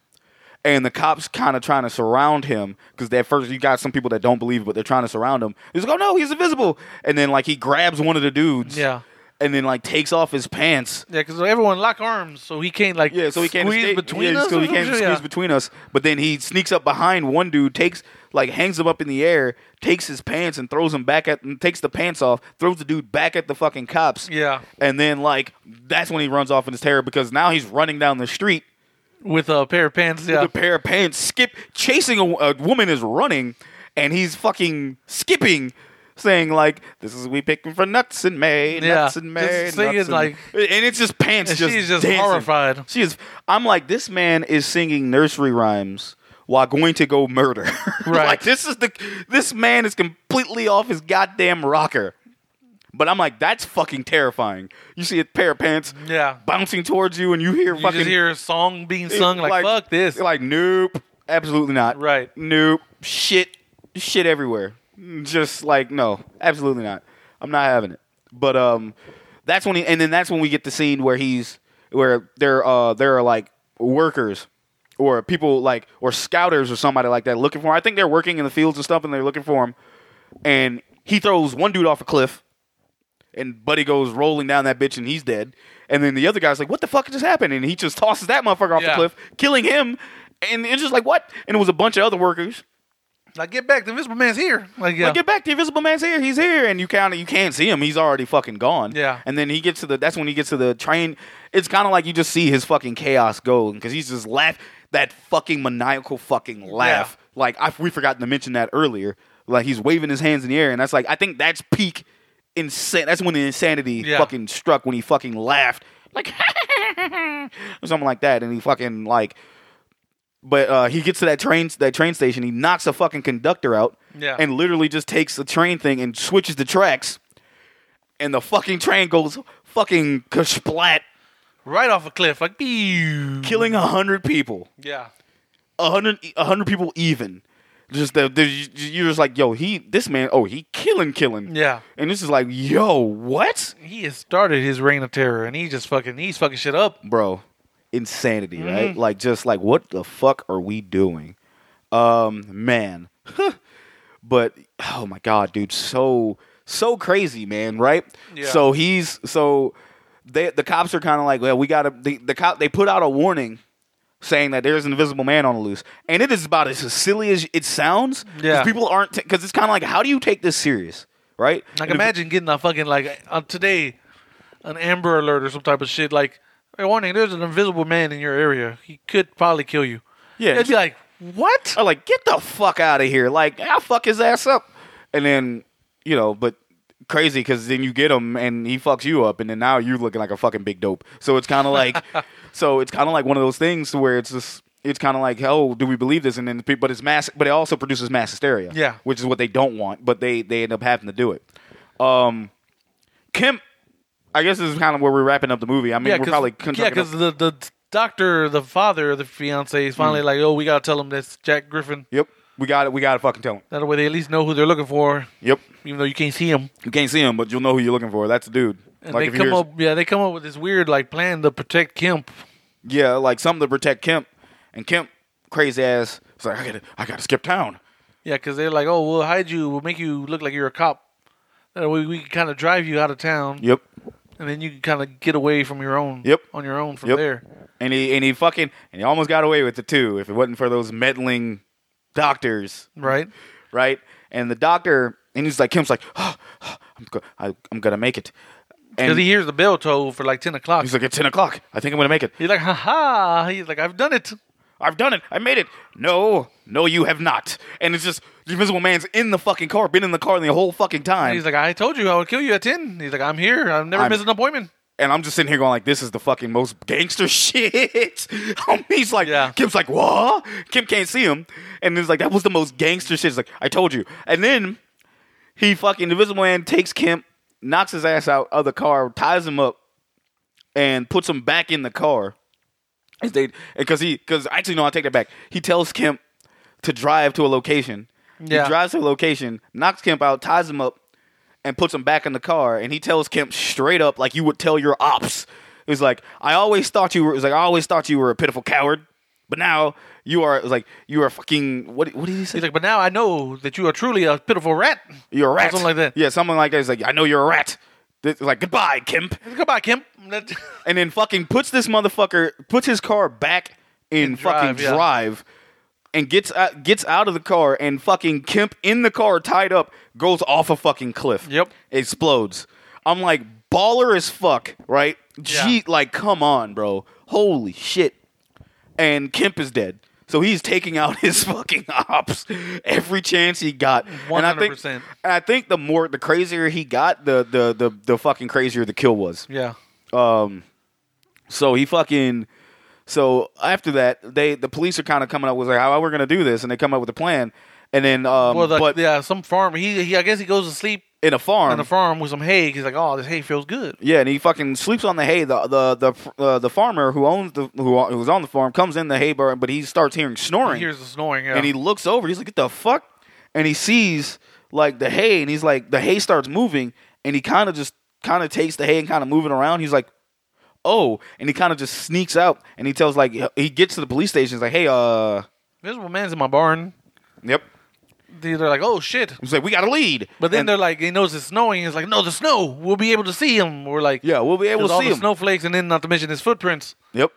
S7: and the cops kind of trying to surround him because at first you got some people that don't believe, but they're trying to surround him. He's like, oh no, he's invisible, and then like he grabs one of the dudes,
S6: Yeah.
S7: and then like takes off his pants.
S6: Yeah, because everyone lock arms, so he can't, like,
S7: Yeah, so he can't
S6: squeeze
S7: escape.
S6: between
S7: yeah,
S6: us.
S7: So
S6: or
S7: he
S6: some
S7: can't
S6: shit?
S7: squeeze
S6: Yeah.
S7: between us. But then he sneaks up behind one dude, takes like hangs him up in the air, takes his pants and throws him back at, and takes the pants off, throws the dude back at the fucking cops.
S6: Yeah.
S7: and then like that's when he runs off in his terror because now he's running down the street
S6: With a pair of pants, yeah.
S7: with a pair of pants, skip chasing a, a woman is running, and he's fucking skipping. Saying like this is we picking for nuts in May,
S6: Yeah,
S7: nuts in May,
S6: just singing,
S7: nuts in-
S6: like-
S7: and it's just pants.
S6: And
S7: just
S6: she's just
S7: dancing.
S6: horrified.
S7: She is. I'm like, this man is singing nursery rhymes while going to go murder.
S6: Right.
S7: like this is the this man is completely off his goddamn rocker. But I'm like, that's fucking terrifying. You see a pair of pants
S6: Yeah.
S7: bouncing towards you, and you hear
S6: You
S7: fucking
S6: just hear a song being sung, like, fuck this.
S7: like nope, absolutely not.
S6: Right.
S7: Nope. Shit. Shit everywhere. Just like no, absolutely not. I'm not having it. But um, that's when he, and then that's when we get the scene where he's where there uh there are like workers or people like or scouters or somebody like that looking for him. I think they're working in the fields and stuff and they're looking for him. And he throws one dude off a cliff and Buddy goes rolling down that bitch and he's dead. And then the other guy's like, "What the fuck just happened?" And he just tosses that motherfucker off
S6: Yeah.
S7: the cliff, killing him. And it's just like, "What?" And it was a bunch of other workers.
S6: Like, get back. The invisible man's here. Like, yeah.
S7: Like, get back! The Invisible Man's here. He's here, and you kind of you can't see him. He's already fucking gone.
S6: Yeah.
S7: And then he gets to the. That's when he gets to the train. It's kind of like you just see his fucking chaos go because he's just laugh that fucking maniacal fucking laugh. Like I we forgot to mention that earlier. Like he's waving his hands in the air, and that's like I think that's peak insane. That's when the insanity
S6: Yeah.
S7: fucking struck when he fucking laughed like or something like that, and he fucking like but uh, he gets to that train that train station. He knocks a fucking conductor out,
S6: Yeah.
S7: and literally just takes the train thing and switches the tracks, and the fucking train goes fucking splat,
S6: Mm-hmm. right off a cliff. Like, pew.
S7: killing a hundred people,
S6: Yeah.
S7: a hundred a hundred people even. Just the, the you- you're just like yo he this man oh he killing killing
S6: Yeah.
S7: and this is like yo what
S6: He has started his reign of terror, and he just fucking, he's fucking shit up.
S7: bro insanity
S6: Mm-hmm.
S7: right like just like what the fuck are we doing um man but oh my god dude so so crazy man right
S6: Yeah.
S7: so he's so they the cops are kind of like well we gotta the, the cop they put out a warning saying that there's an invisible man on the loose and it is about as silly as it sounds 'cause
S6: Yeah.
S7: people aren't because it's kind of like how do you take this serious right
S6: Like,
S7: And if-
S6: imagine getting a fucking, like, uh, today, an Amber Alert or some type of shit. Like, hey, warning, there's an invisible man in your area. He could probably kill you.
S7: Yeah,
S6: It'd be like, what?
S7: I'm like, get the fuck out of here. Like, I'll fuck his ass up. And then, you know, but crazy because then you get him and he fucks you up. And then now you're looking like a fucking big dope. So it's kind of like, so it's kind of like one of those things where it's just, it's kind of like, oh, do we believe this? And then, pe- but it's mass, but it also produces mass hysteria.
S6: Yeah.
S7: Which is what they don't want, but they, they end up having to do it. Um, Kim, I guess this is kind of where we're wrapping up the movie. I mean, we're probably
S6: yeah,
S7: conducting a-
S6: because the the doctor, the father of the fiance, is
S7: Mm.
S6: finally like, oh, we gotta tell him that's Jack Griffin.
S7: yep, we got it. We got to fucking tell him.
S6: That way they at least know who they're looking for,
S7: Yep.
S6: even though you can't see him.
S7: You can't see him, but you'll know who you're looking for. That's the dude.
S6: And
S7: Like,
S6: they
S7: if
S6: come
S7: you're-
S6: up, yeah, they come up with this weird like plan to protect Kemp.
S7: yeah, like something to protect Kemp, and Kemp, crazy ass, was like, I gotta, I gotta skip town.
S6: Yeah, because they're like, oh, we'll hide you, we'll make you look like you're a cop. That way we can kind of drive you out of town,
S7: Yep.
S6: and then you can kind of get away from your own.
S7: Yep.
S6: On your own from
S7: Yep.
S6: there.
S7: and he and he fucking and he almost got away with it too if it wasn't for those meddling doctors
S6: Right.
S7: right and the doctor and he's like kim's like oh, I'm, go- I, I'm gonna make it
S6: Because
S7: and
S6: he hears the bell toll for like ten o'clock.
S7: he's like it's 10 o'clock i think i'm gonna make it
S6: He's like, ha ha. He's like, I've done it.
S7: i've done it i made it no no you have not and it's just the invisible man's in the fucking car been in the car the whole fucking time
S6: He's like, I told you I would kill you at ten. He's like, I'm here. I've never
S7: I'm-
S6: missed an appointment.
S7: and i'm just sitting here going like this is the fucking most gangster shit he's like
S6: Yeah.
S7: kim's like what kim can't see him and it's like that was the most gangster shit it's like i told you and then he fucking invisible man takes kim knocks his ass out of the car ties him up and puts him back in the car As they because he because actually no i take that back he tells kemp to drive to a location
S6: Yeah.
S7: he drives to a location knocks kemp out ties him up and puts him back in the car and he tells kemp straight up like you would tell your ops it was like i always thought you were it was like i always thought you were a pitiful coward but now you are it was like you are a fucking what what did he say
S6: He's like, but now I know that you are truly a pitiful rat.
S7: you're a rat
S6: something like that.
S7: yeah something like that he's like i know you're a rat It's like goodbye kemp
S6: Goodbye, Kim. That-
S7: and then fucking puts this motherfucker puts his car back in, fucking
S6: drive, yeah.
S7: drive and gets out, gets out of the car and fucking Kemp in the car tied up goes off a fucking cliff.
S6: Yep.
S7: Explodes. I'm like baller as fuck, right? Gee,
S6: Yeah.
S7: like come on, bro. Holy shit. And Kemp is dead. So he's taking out his fucking ops every chance he got. And I think
S6: 100%.
S7: and I think the more the crazier he got, the the the, the fucking crazier the kill was.
S6: yeah.
S7: So he fucking. So after that, they the police are kind of coming up with like how we're gonna do this, and they come up with a plan, and then um,
S6: Well, like,
S7: but Um,
S6: yeah, some farm. He, he, I guess he goes to sleep
S7: in a farm,
S6: on the farm with some hay. He's like, oh, this hay feels good.
S7: yeah, and he fucking sleeps on the hay. The the the uh, the farmer who owns the who who's on the farm comes in the hay barn, but he starts hearing snoring,
S6: He hears the snoring. Yeah.
S7: and he looks over. He's like, "What the fuck?" And he sees like the hay, and he's like, the hay starts moving, and he kind of just kind of takes the hay and kind of moving around. He's like, "Oh," and he kind of just sneaks out, and he tells like he gets to the police station. He's like, "Hey, uh."
S6: Miserable man's in my barn.
S7: Yep.
S6: They- They're like, oh shit.
S7: He's like, we got a lead.
S6: But then
S7: And-
S6: they're like, he knows it's snowing. He's like, no, the snow. We'll be able to see him. We're like,
S7: yeah, we'll be able
S6: There's
S7: to
S6: all
S7: see
S6: the
S7: him.
S6: snowflakes, and then not to mention his footprints.
S7: Yep.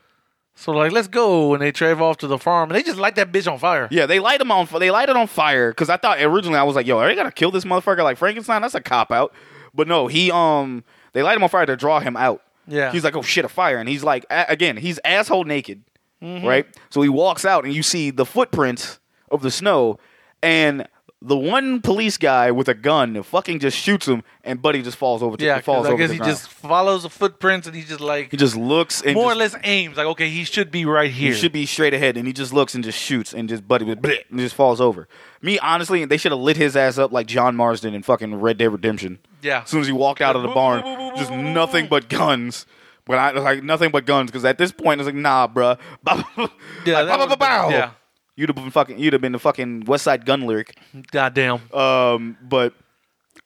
S6: So like, let's go, and they drive off to the farm, and they just light that bitch on fire.
S7: Yeah, they light him on. They light it on fire because I thought originally I was like, yo, are they gonna kill this motherfucker like Frankenstein? That's a cop out. But no, he um, they light him on fire to draw him out.
S6: Yeah.
S7: He's like, oh shit, a fire, and he's like, a- again, he's asshole naked,
S6: Mm-hmm.
S7: right? So he walks out, and you see the footprints of the snow, and. The one police guy with a gun fucking just shoots him, and Buddy just falls over. To,
S6: yeah. 'cause
S7: falls
S6: I
S7: over
S6: guess
S7: the
S6: he
S7: ground.
S6: just follows the footprints, and he just like
S7: he just looks and
S6: more
S7: just-
S6: or less aims. Like, okay, he should be right here.
S7: He should be straight ahead, and he just looks and just shoots and just buddy with bleh, and just falls over. Me, honestly, they should have lit his ass up like John Marsden in fucking Red Dead Redemption.
S6: Yeah.
S7: As soon as he walked out of the
S6: Boom,
S7: barn,
S6: boom, boom, boom,
S7: just
S6: boom, boom,
S7: nothing
S6: boom.
S7: but guns. But I like nothing but guns because at this point it's like nah, bruh. Bow,
S6: Yeah,
S7: like,
S6: that
S7: bow, bow,
S6: would've
S7: bow, bow.
S6: been- yeah.
S7: You'd have been fucking. You'd have been the fucking West Side Gun lyric.
S6: Goddamn.
S7: Um, but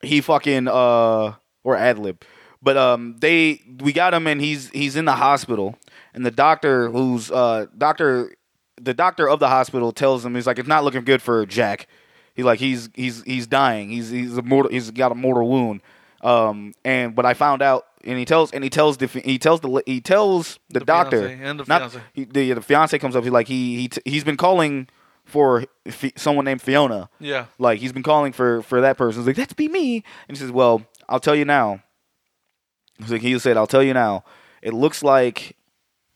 S7: he fucking uh or ad lib. But um, they we got him and he's he's in the hospital and the doctor who's uh doctor the doctor of the hospital tells him he's like it's not looking good for Jack. He like he's he's he's dying. He's he's a mortal. He's got a mortal wound. Um, and but I found out and he tells and he tells the fi- he tells the he tells the,
S6: The
S7: doctor
S6: fiancé and the fiancé.
S7: he, the, yeah, the fiance comes up. He's like he he t- he's been calling for fi- someone named Fiona.
S6: Yeah.
S7: Like he's been calling for for that person. He's like, that's be me. And he says, well, I'll tell you now. He's like, he said, I'll tell you now. It looks like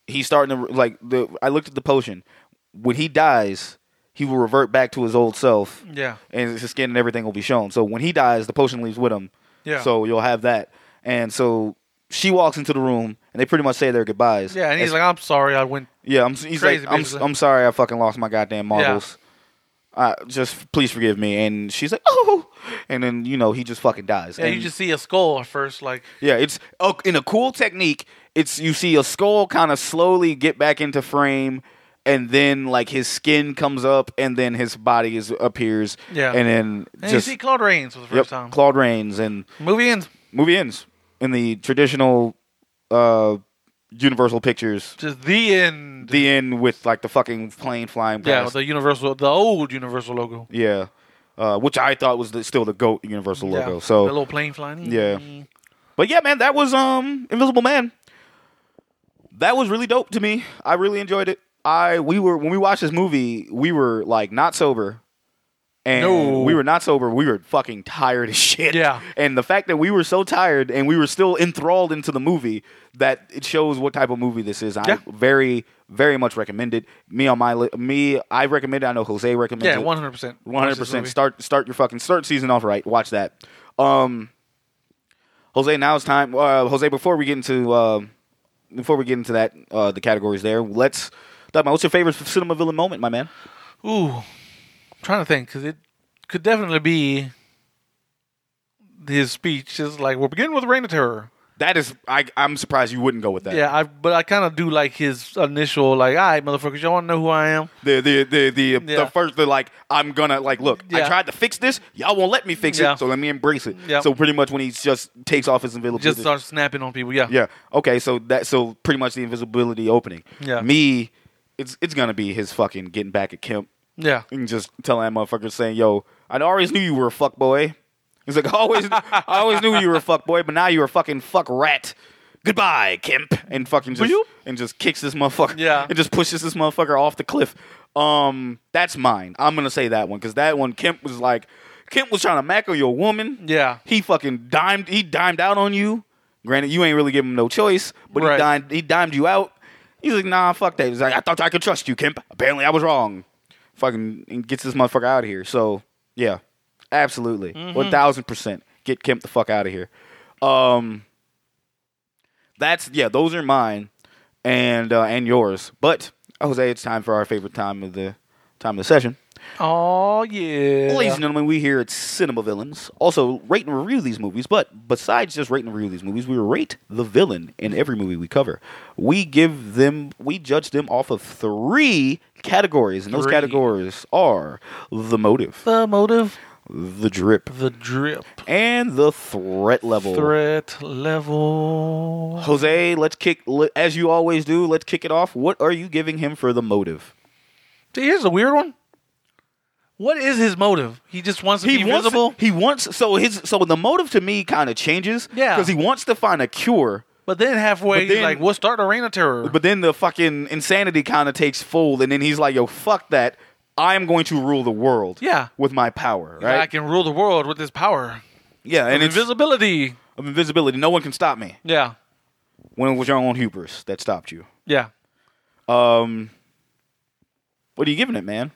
S7: he's starting to like the. I looked at the potion. When he dies, he will revert back to his old self.
S6: Yeah.
S7: And his skin and everything will be shown. So when he dies, the potion leaves with him.
S6: Yeah.
S7: So you'll have that. And so she walks into the room, and they pretty much say their goodbyes.
S6: Yeah, and he's
S7: As-
S6: like, I'm sorry, I went.
S7: yeah, I'm. He's
S6: Crazy,
S7: like, I'm,
S6: basically.
S7: I'm sorry, I fucking lost my goddamn marbles. Uh, just please forgive me. And she's like, oh, and then you know he just fucking dies.
S6: Yeah,
S7: and,
S6: you just see a skull at first, like
S7: yeah, it's oh, in a cool technique. It's you see a skull kind of slowly get back into frame, and then like his skin comes up, and then his body is appears.
S6: Yeah.
S7: and then
S6: and
S7: just
S6: you see Claude Rains for the
S7: yep,
S6: first time.
S7: Claude Rains and
S6: Movie ends.
S7: movie ends in the traditional uh, Universal Pictures.
S6: Just the end.
S7: The end with like the fucking plane flying.
S6: yeah,
S7: past.
S6: the Universal, the old Universal logo.
S7: Yeah, uh, which I thought was the, still the goat Universal
S6: Yeah,
S7: logo.
S6: the
S7: So,
S6: little plane flying.
S7: Yeah. But yeah, man, that was um Invisible Man. That was really dope to me. I really enjoyed it. I we were when we watched this movie, we were like not sober. And
S6: No.
S7: we were not sober. We were fucking tired as shit.
S6: Yeah.
S7: And the fact that we were so tired and we were still enthralled into the movie that it shows what type of movie this is.
S6: Yeah.
S7: I very, very much recommend it. Me on my li- me, I recommend it. I know Jose recommends
S6: Yeah,
S7: it.
S6: one hundred percent.
S7: One hundred percent. Start start your fucking start season off right. Watch that. Um, Jose, now it's time. Uh, Jose, before we get into uh, before we get into that uh, the categories there, let's talk about what's your favorite cinema villain moment, my man.
S6: Ooh, I'm trying to think because it could definitely be his speech is like we're beginning with Reign of Terror.
S7: That is, I I'm surprised you wouldn't go with that.
S6: Yeah, I but I kind of do like his initial like, all right, motherfuckers, y'all want to know who I am?
S7: The the the the,
S6: Yeah.
S7: the first the like I'm gonna like look. I
S6: Yeah.
S7: tried to fix this. Y'all won't let me fix
S6: Yeah.
S7: it. So let me embrace it.
S6: Yeah.
S7: So pretty much when he just takes off his invisibility,
S6: Just start snapping on people. Yeah,
S7: Yeah. Okay. So that so pretty much the invisibility opening.
S6: Yeah.
S7: Me, it's it's gonna be his fucking getting back at Kemp
S6: yeah.
S7: and just telling that motherfucker saying, "Yo, I always knew you were a fuck boy." He's like, I always, I always knew you were a fuck boy, but now you're a fucking fuck rat. Goodbye, Kemp, and fucking just
S6: you?
S7: and just kicks this motherfucker.
S6: Yeah.
S7: And just pushes this motherfucker off the cliff. Um, that's mine. I'm gonna say that one because that one Kemp was like, Kemp was trying to mack on your woman.
S6: Yeah.
S7: He fucking dimed. He dimed out on you. Granted, you ain't really giving him no choice, but
S6: Right.
S7: he dimed. He dimed you out. He's like, nah, fuck that. He's like, I thought I could trust you, Kemp. Apparently, I was wrong. Fucking and gets this motherfucker out of here. So yeah, absolutely, one thousand percent. Get Kemp the fuck out of here. Um, that's yeah. Those are mine and uh, and yours. But Jose, it's time for our favorite time of the time of the session.
S6: Oh yeah.
S7: Ladies and gentlemen, we here at Cinema Villains also rate and review these movies. But besides just rate and review these movies, we rate the villain in every movie we cover. We give them, we judge them off of three categories, and those
S6: Three.
S7: categories are the motive,
S6: the motive,
S7: the drip,
S6: the drip,
S7: and the threat level.
S6: threat level.
S7: Jose, let's kick le- as you always do. Let's kick it off. What are you giving him for the motive?
S6: See, here's a weird one. What is his motive? He just wants to be
S7: wants
S6: visible.
S7: He wants so his so the motive to me kind of changes.
S6: Yeah.
S7: because he wants to find a cure.
S6: But then halfway,
S7: But
S6: he's
S7: then-
S6: like, "We'll start a reign of terror."
S7: But then the fucking insanity kind of takes fold, and then he's like, "Yo, fuck that! I'm going to rule the world.
S6: Yeah.
S7: with my power,
S6: Like,
S7: right?
S6: I can rule the world with this power
S7: yeah, and it's
S6: invisibility.
S7: of invisibility. No one can stop me.
S6: Yeah,
S7: When it was your own hubris that stopped you.
S6: yeah.
S7: Um, what are you giving it, man?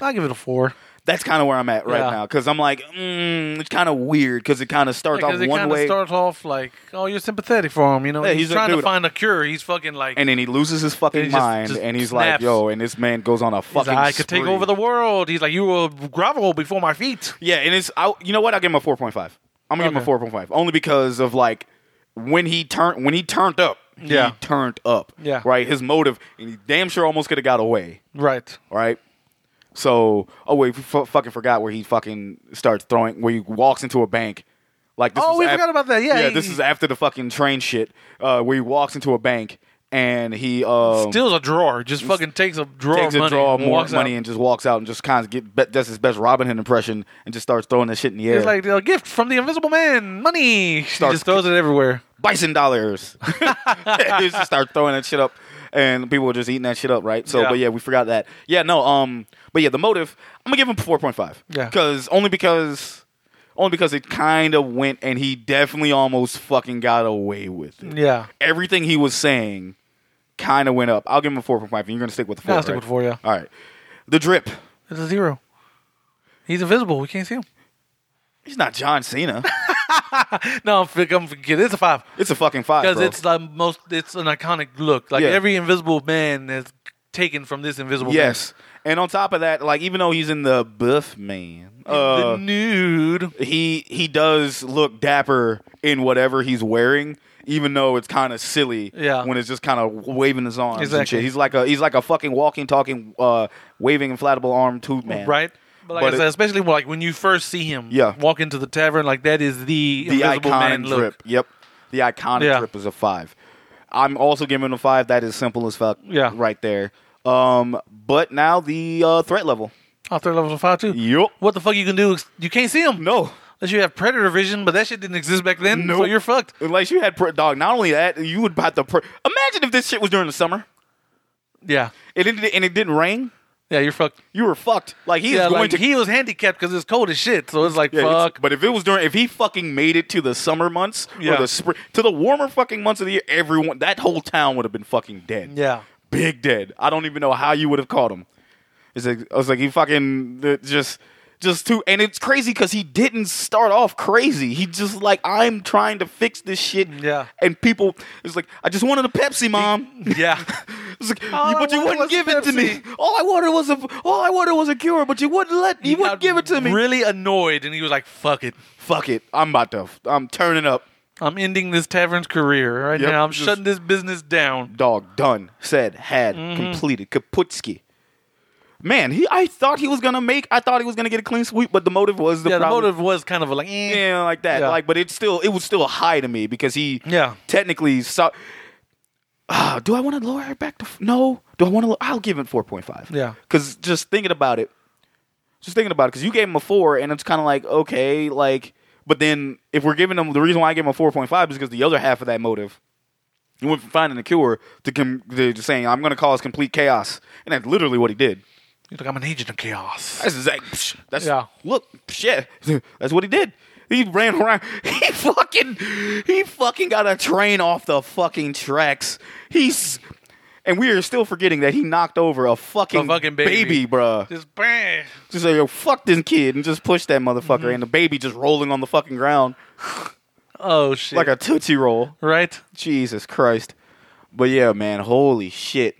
S6: I give it a four.
S7: That's kind of where I'm at right
S6: Yeah.
S7: now because I'm like, mm, it's kind of weird because it kind of starts
S6: Because
S7: off
S6: it
S7: one
S6: kind of
S7: way,
S6: starts off like, "Oh, you're sympathetic for him," you know.
S7: Yeah,
S6: he's,
S7: he's a
S6: trying to
S7: dude.
S6: find a cure. He's fucking like,
S7: and then he loses his fucking
S6: He just-
S7: mind,
S6: just
S7: and he's like,
S6: snaps.
S7: "Yo," and this man goes on a
S6: he's like,
S7: fucking.
S6: "I could take
S7: spree.
S6: over the world." He's like, "You will grovel before my feet."
S7: Yeah, and it's I, you know what? I'll give him a four point five. I'm gonna give him a
S6: Okay.
S7: four point five. Only because of like when he turned when he turned up.
S6: Yeah.
S7: He turned up.
S6: Yeah.
S7: Right? His motive and he damn sure almost could have got away.
S6: Right.
S7: Right? So oh wait, we f- fucking forgot where he fucking starts throwing where he walks into a bank. Like this
S6: Oh,
S7: was
S6: we forgot about that. Yeah,
S7: Yeah,
S6: he-
S7: this is after the fucking train shit, uh, where he walks into a bank and he um,
S6: Steals a drawer. Just fucking takes a drawer.
S7: takes
S6: of money
S7: a draw
S6: and
S7: more
S6: walks
S7: money
S6: out.
S7: and just walks out and just kind of get be- that's his best Robin Hood impression and just starts throwing that shit in the air.
S6: It's like a gift from the Invisible Man. Money. he
S7: Starts-
S6: just throws it everywhere.
S7: bison dollars. they just start throwing that shit up, and people were just eating that shit up, right? So,
S6: Yeah.
S7: but yeah, we forgot that. Yeah, no, um, but yeah, the motive. I'm gonna give him four point five.
S6: Yeah.
S7: because only because, only because it kind of went, and he definitely almost fucking got away with it.
S6: Yeah.
S7: Everything he was saying kind of went up. I'll give him a four point five, and you're gonna stick with the
S6: Yeah,
S7: four.
S6: I'll stick
S7: right?
S6: with four, yeah.
S7: All right, the drip.
S6: It's a zero. He's invisible. We can't see him.
S7: He's not John Cena.
S6: No, I'm fi- I'm kidding. It's a five.
S7: it's a fucking five,
S6: because
S7: bro.
S6: it's the most it's an iconic look like
S7: Yeah.
S6: every invisible man is taken from this invisible
S7: yes. And on top of that, like even though he's in the buff man,
S6: man.
S7: uh,
S6: the nude
S7: he he does look dapper in whatever he's wearing, even though it's kind of silly.
S6: Yeah.
S7: when it's just kind of waving his arms and
S6: Exactly.
S7: shit. He's like a he's like a fucking walking, talking, uh, waving inflatable arm tube man.
S6: right but like
S7: But
S6: I said,
S7: it-
S6: especially like when you first see him
S7: Yeah.
S6: walk into the tavern like that is the,
S7: The
S6: invisible man
S7: iconic
S6: look
S7: drip. Yep, the iconic
S6: Yeah.
S7: drip is a five. I'm also giving him a five. That is simple as fuck.
S6: Yeah.
S7: right there. Um, but now the uh, threat level.
S6: oh threat level five too
S7: Yup.
S6: what the fuck you can do is- you can't see him
S7: No.
S6: unless you have predator vision, but that shit didn't exist back then, so
S7: Nope.
S6: you're fucked.
S7: Unless you had pre- dog. Not only that, you would have to. Pre- Imagine if this shit was during the summer.
S6: Yeah,
S7: It ended, and it didn't rain.
S6: yeah, you're fucked.
S7: You were fucked. Like he
S6: Yeah,
S7: is going
S6: like
S7: to
S6: he was handicapped because it's cold as shit. So it's like
S7: Yeah, it's-
S6: fuck.
S7: But if it was during, if he fucking made it to the summer months
S6: Yeah.
S7: or the spring, to the warmer fucking months of the year, everyone, that whole town would have been fucking dead.
S6: Yeah.
S7: Big dead. I don't even know how you would have caught him. It's like, I was like, he fucking uh, just, just too, and it's crazy because he didn't start off crazy. He just like, I'm trying to fix this shit.
S6: Yeah.
S7: And people, it's like, I just wanted a Pepsi, mom.
S6: Yeah,
S7: It's like,
S6: All
S7: you-
S6: I
S7: but you wouldn't
S6: wanted was
S7: give it to me.
S6: Pepsi.
S7: All I wanted was a, all I wanted was a cure, but you wouldn't let, you
S6: He
S7: wouldn't
S6: got
S7: give it to me
S6: Really annoyed, and he was like, "Fuck it,
S7: fuck it. I'm about to. I'm turning up.
S6: I'm ending this tavern's career right
S7: Yep,
S6: now. I'm
S7: just-
S6: shutting this business down."
S7: Dog done. Said had
S6: Mm-hmm.
S7: completed. Kaputski. Man, he. I thought he was gonna make. I thought he was gonna get a clean sweep, but the motive was the
S6: yeah,
S7: problem.
S6: the motive was kind of like, eh.
S7: Yeah, like that.
S6: Yeah.
S7: Like, but it's still. It was still a high to me because he.
S6: Yeah.
S7: Technically, so. Ah, do I want to lower it back to f- no? Do I want to? I'll give it four point five.
S6: Yeah.
S7: Because just thinking about it, just thinking about it, because you gave him a four, and it's kind of like okay, like. But then if we're giving him the reason why I gave him a four point five is because the other half of that motive, you went from finding a cure to, com- to saying I'm going to cause complete chaos, and that's literally what he did.
S6: He's like, I'm an agent of chaos.
S7: That's exact. psh, That's
S6: Yeah.
S7: Look, shit. That's what he did. He ran around. He fucking, he fucking got a train off the fucking tracks. He's, and we are still forgetting that he knocked over a fucking,
S6: A fucking baby.
S7: bruh.
S6: Just bang.
S7: Just like, yo, fuck this kid and just push that motherfucker.
S6: Mm-hmm.
S7: And the baby just rolling on the fucking ground
S6: Oh shit.
S7: like a Tootsie Roll.
S6: right?
S7: Jesus Christ. But yeah, man, holy shit.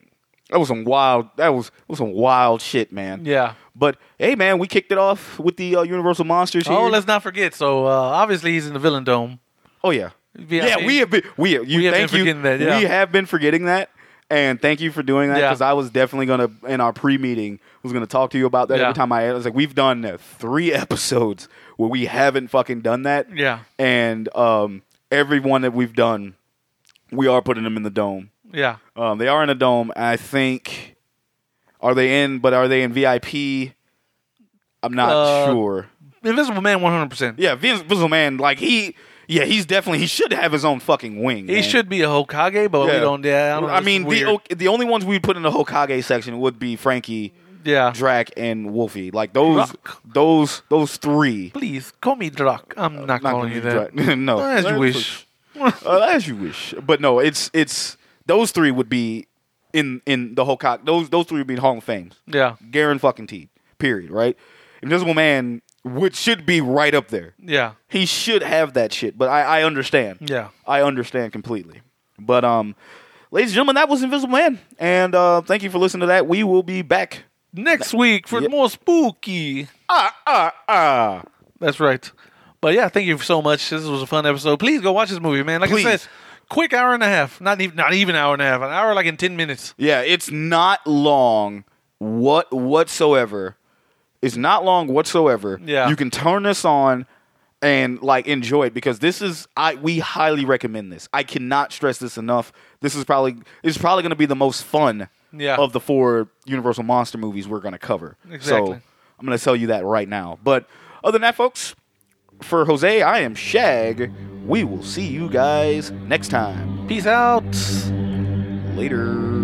S7: That was some wild, that was, that was some wild shit, man.
S6: Yeah.
S7: But hey, man, we kicked it off with the uh, Universal Monsters. Here.
S6: Oh, let's not forget. So uh, obviously he's in the villain dome.
S7: Oh yeah,
S6: VIP.
S7: yeah. We have been. We you,
S6: We have
S7: thank
S6: been
S7: you.
S6: forgetting that, yeah.
S7: We have been forgetting that, and thank you for doing that
S6: Yeah.
S7: because I was definitely gonna in our pre meeting was gonna talk to you about that
S6: Yeah.
S7: every time I, I was like we've done uh, three episodes where we haven't fucking done that.
S6: Yeah.
S7: and um, everyone that we've done, we are putting them in the dome.
S6: Yeah.
S7: Um, they are in a dome. I think. Are they in? But are they in VIP? I'm not
S6: Uh,
S7: sure.
S6: Invisible Man 100%.
S7: Yeah, Vince Invisible Man, like he, yeah, he's definitely he should have his own fucking wing.
S6: He
S7: man.
S6: should be a Hokage, but we
S7: Yeah.
S6: don't. Yeah, I, don't know, it's
S7: mean, the
S6: weird.
S7: o- the only ones we'd put in the Hokage section would be Frankie,
S6: yeah.
S7: Drac, and Wolfie. Like those,
S6: Rock.
S7: those, those three.
S6: Please call me Drac. I'm Uh,
S7: Not
S6: not, calling
S7: gonna
S6: you
S7: be
S6: that.
S7: Drac. no,
S6: As you wish.
S7: Uh, as you wish. But no, it's it's those three would be in in the Hokage. Those those three would be in Hall of Fame.
S6: Yeah.
S7: Garen fucking T. Period. Right. Invisible Man would should be right up there.
S6: Yeah.
S7: He should have that shit, but I, I understand.
S6: Yeah.
S7: I understand completely. But um, ladies and gentlemen, that was Invisible Man, and uh, thank you for listening to that. We will be back.
S6: Next week for
S7: Yeah.
S6: more spooky.
S7: Ah ah ah!
S6: That's right. But yeah, thank you so much. This was a fun episode. Please go watch this movie, man. Like I
S7: Please.
S6: said, quick hour and a half. Not even not even hour and a half. An hour like in ten minutes.
S7: Yeah, it's not long, what whatsoever. It's not long whatsoever.
S6: Yeah.
S7: you can turn this on and like enjoy it because this is I we highly recommend this. I cannot stress this enough. This is probably it's probably going to be the most fun
S6: Yeah.
S7: of the four Universal monster movies we're going to cover.
S6: Exactly.
S7: So I'm going to tell you that right now. But other than that, folks, for Jose, I am Shag. We will see you guys next time.
S6: Peace out.
S7: Later.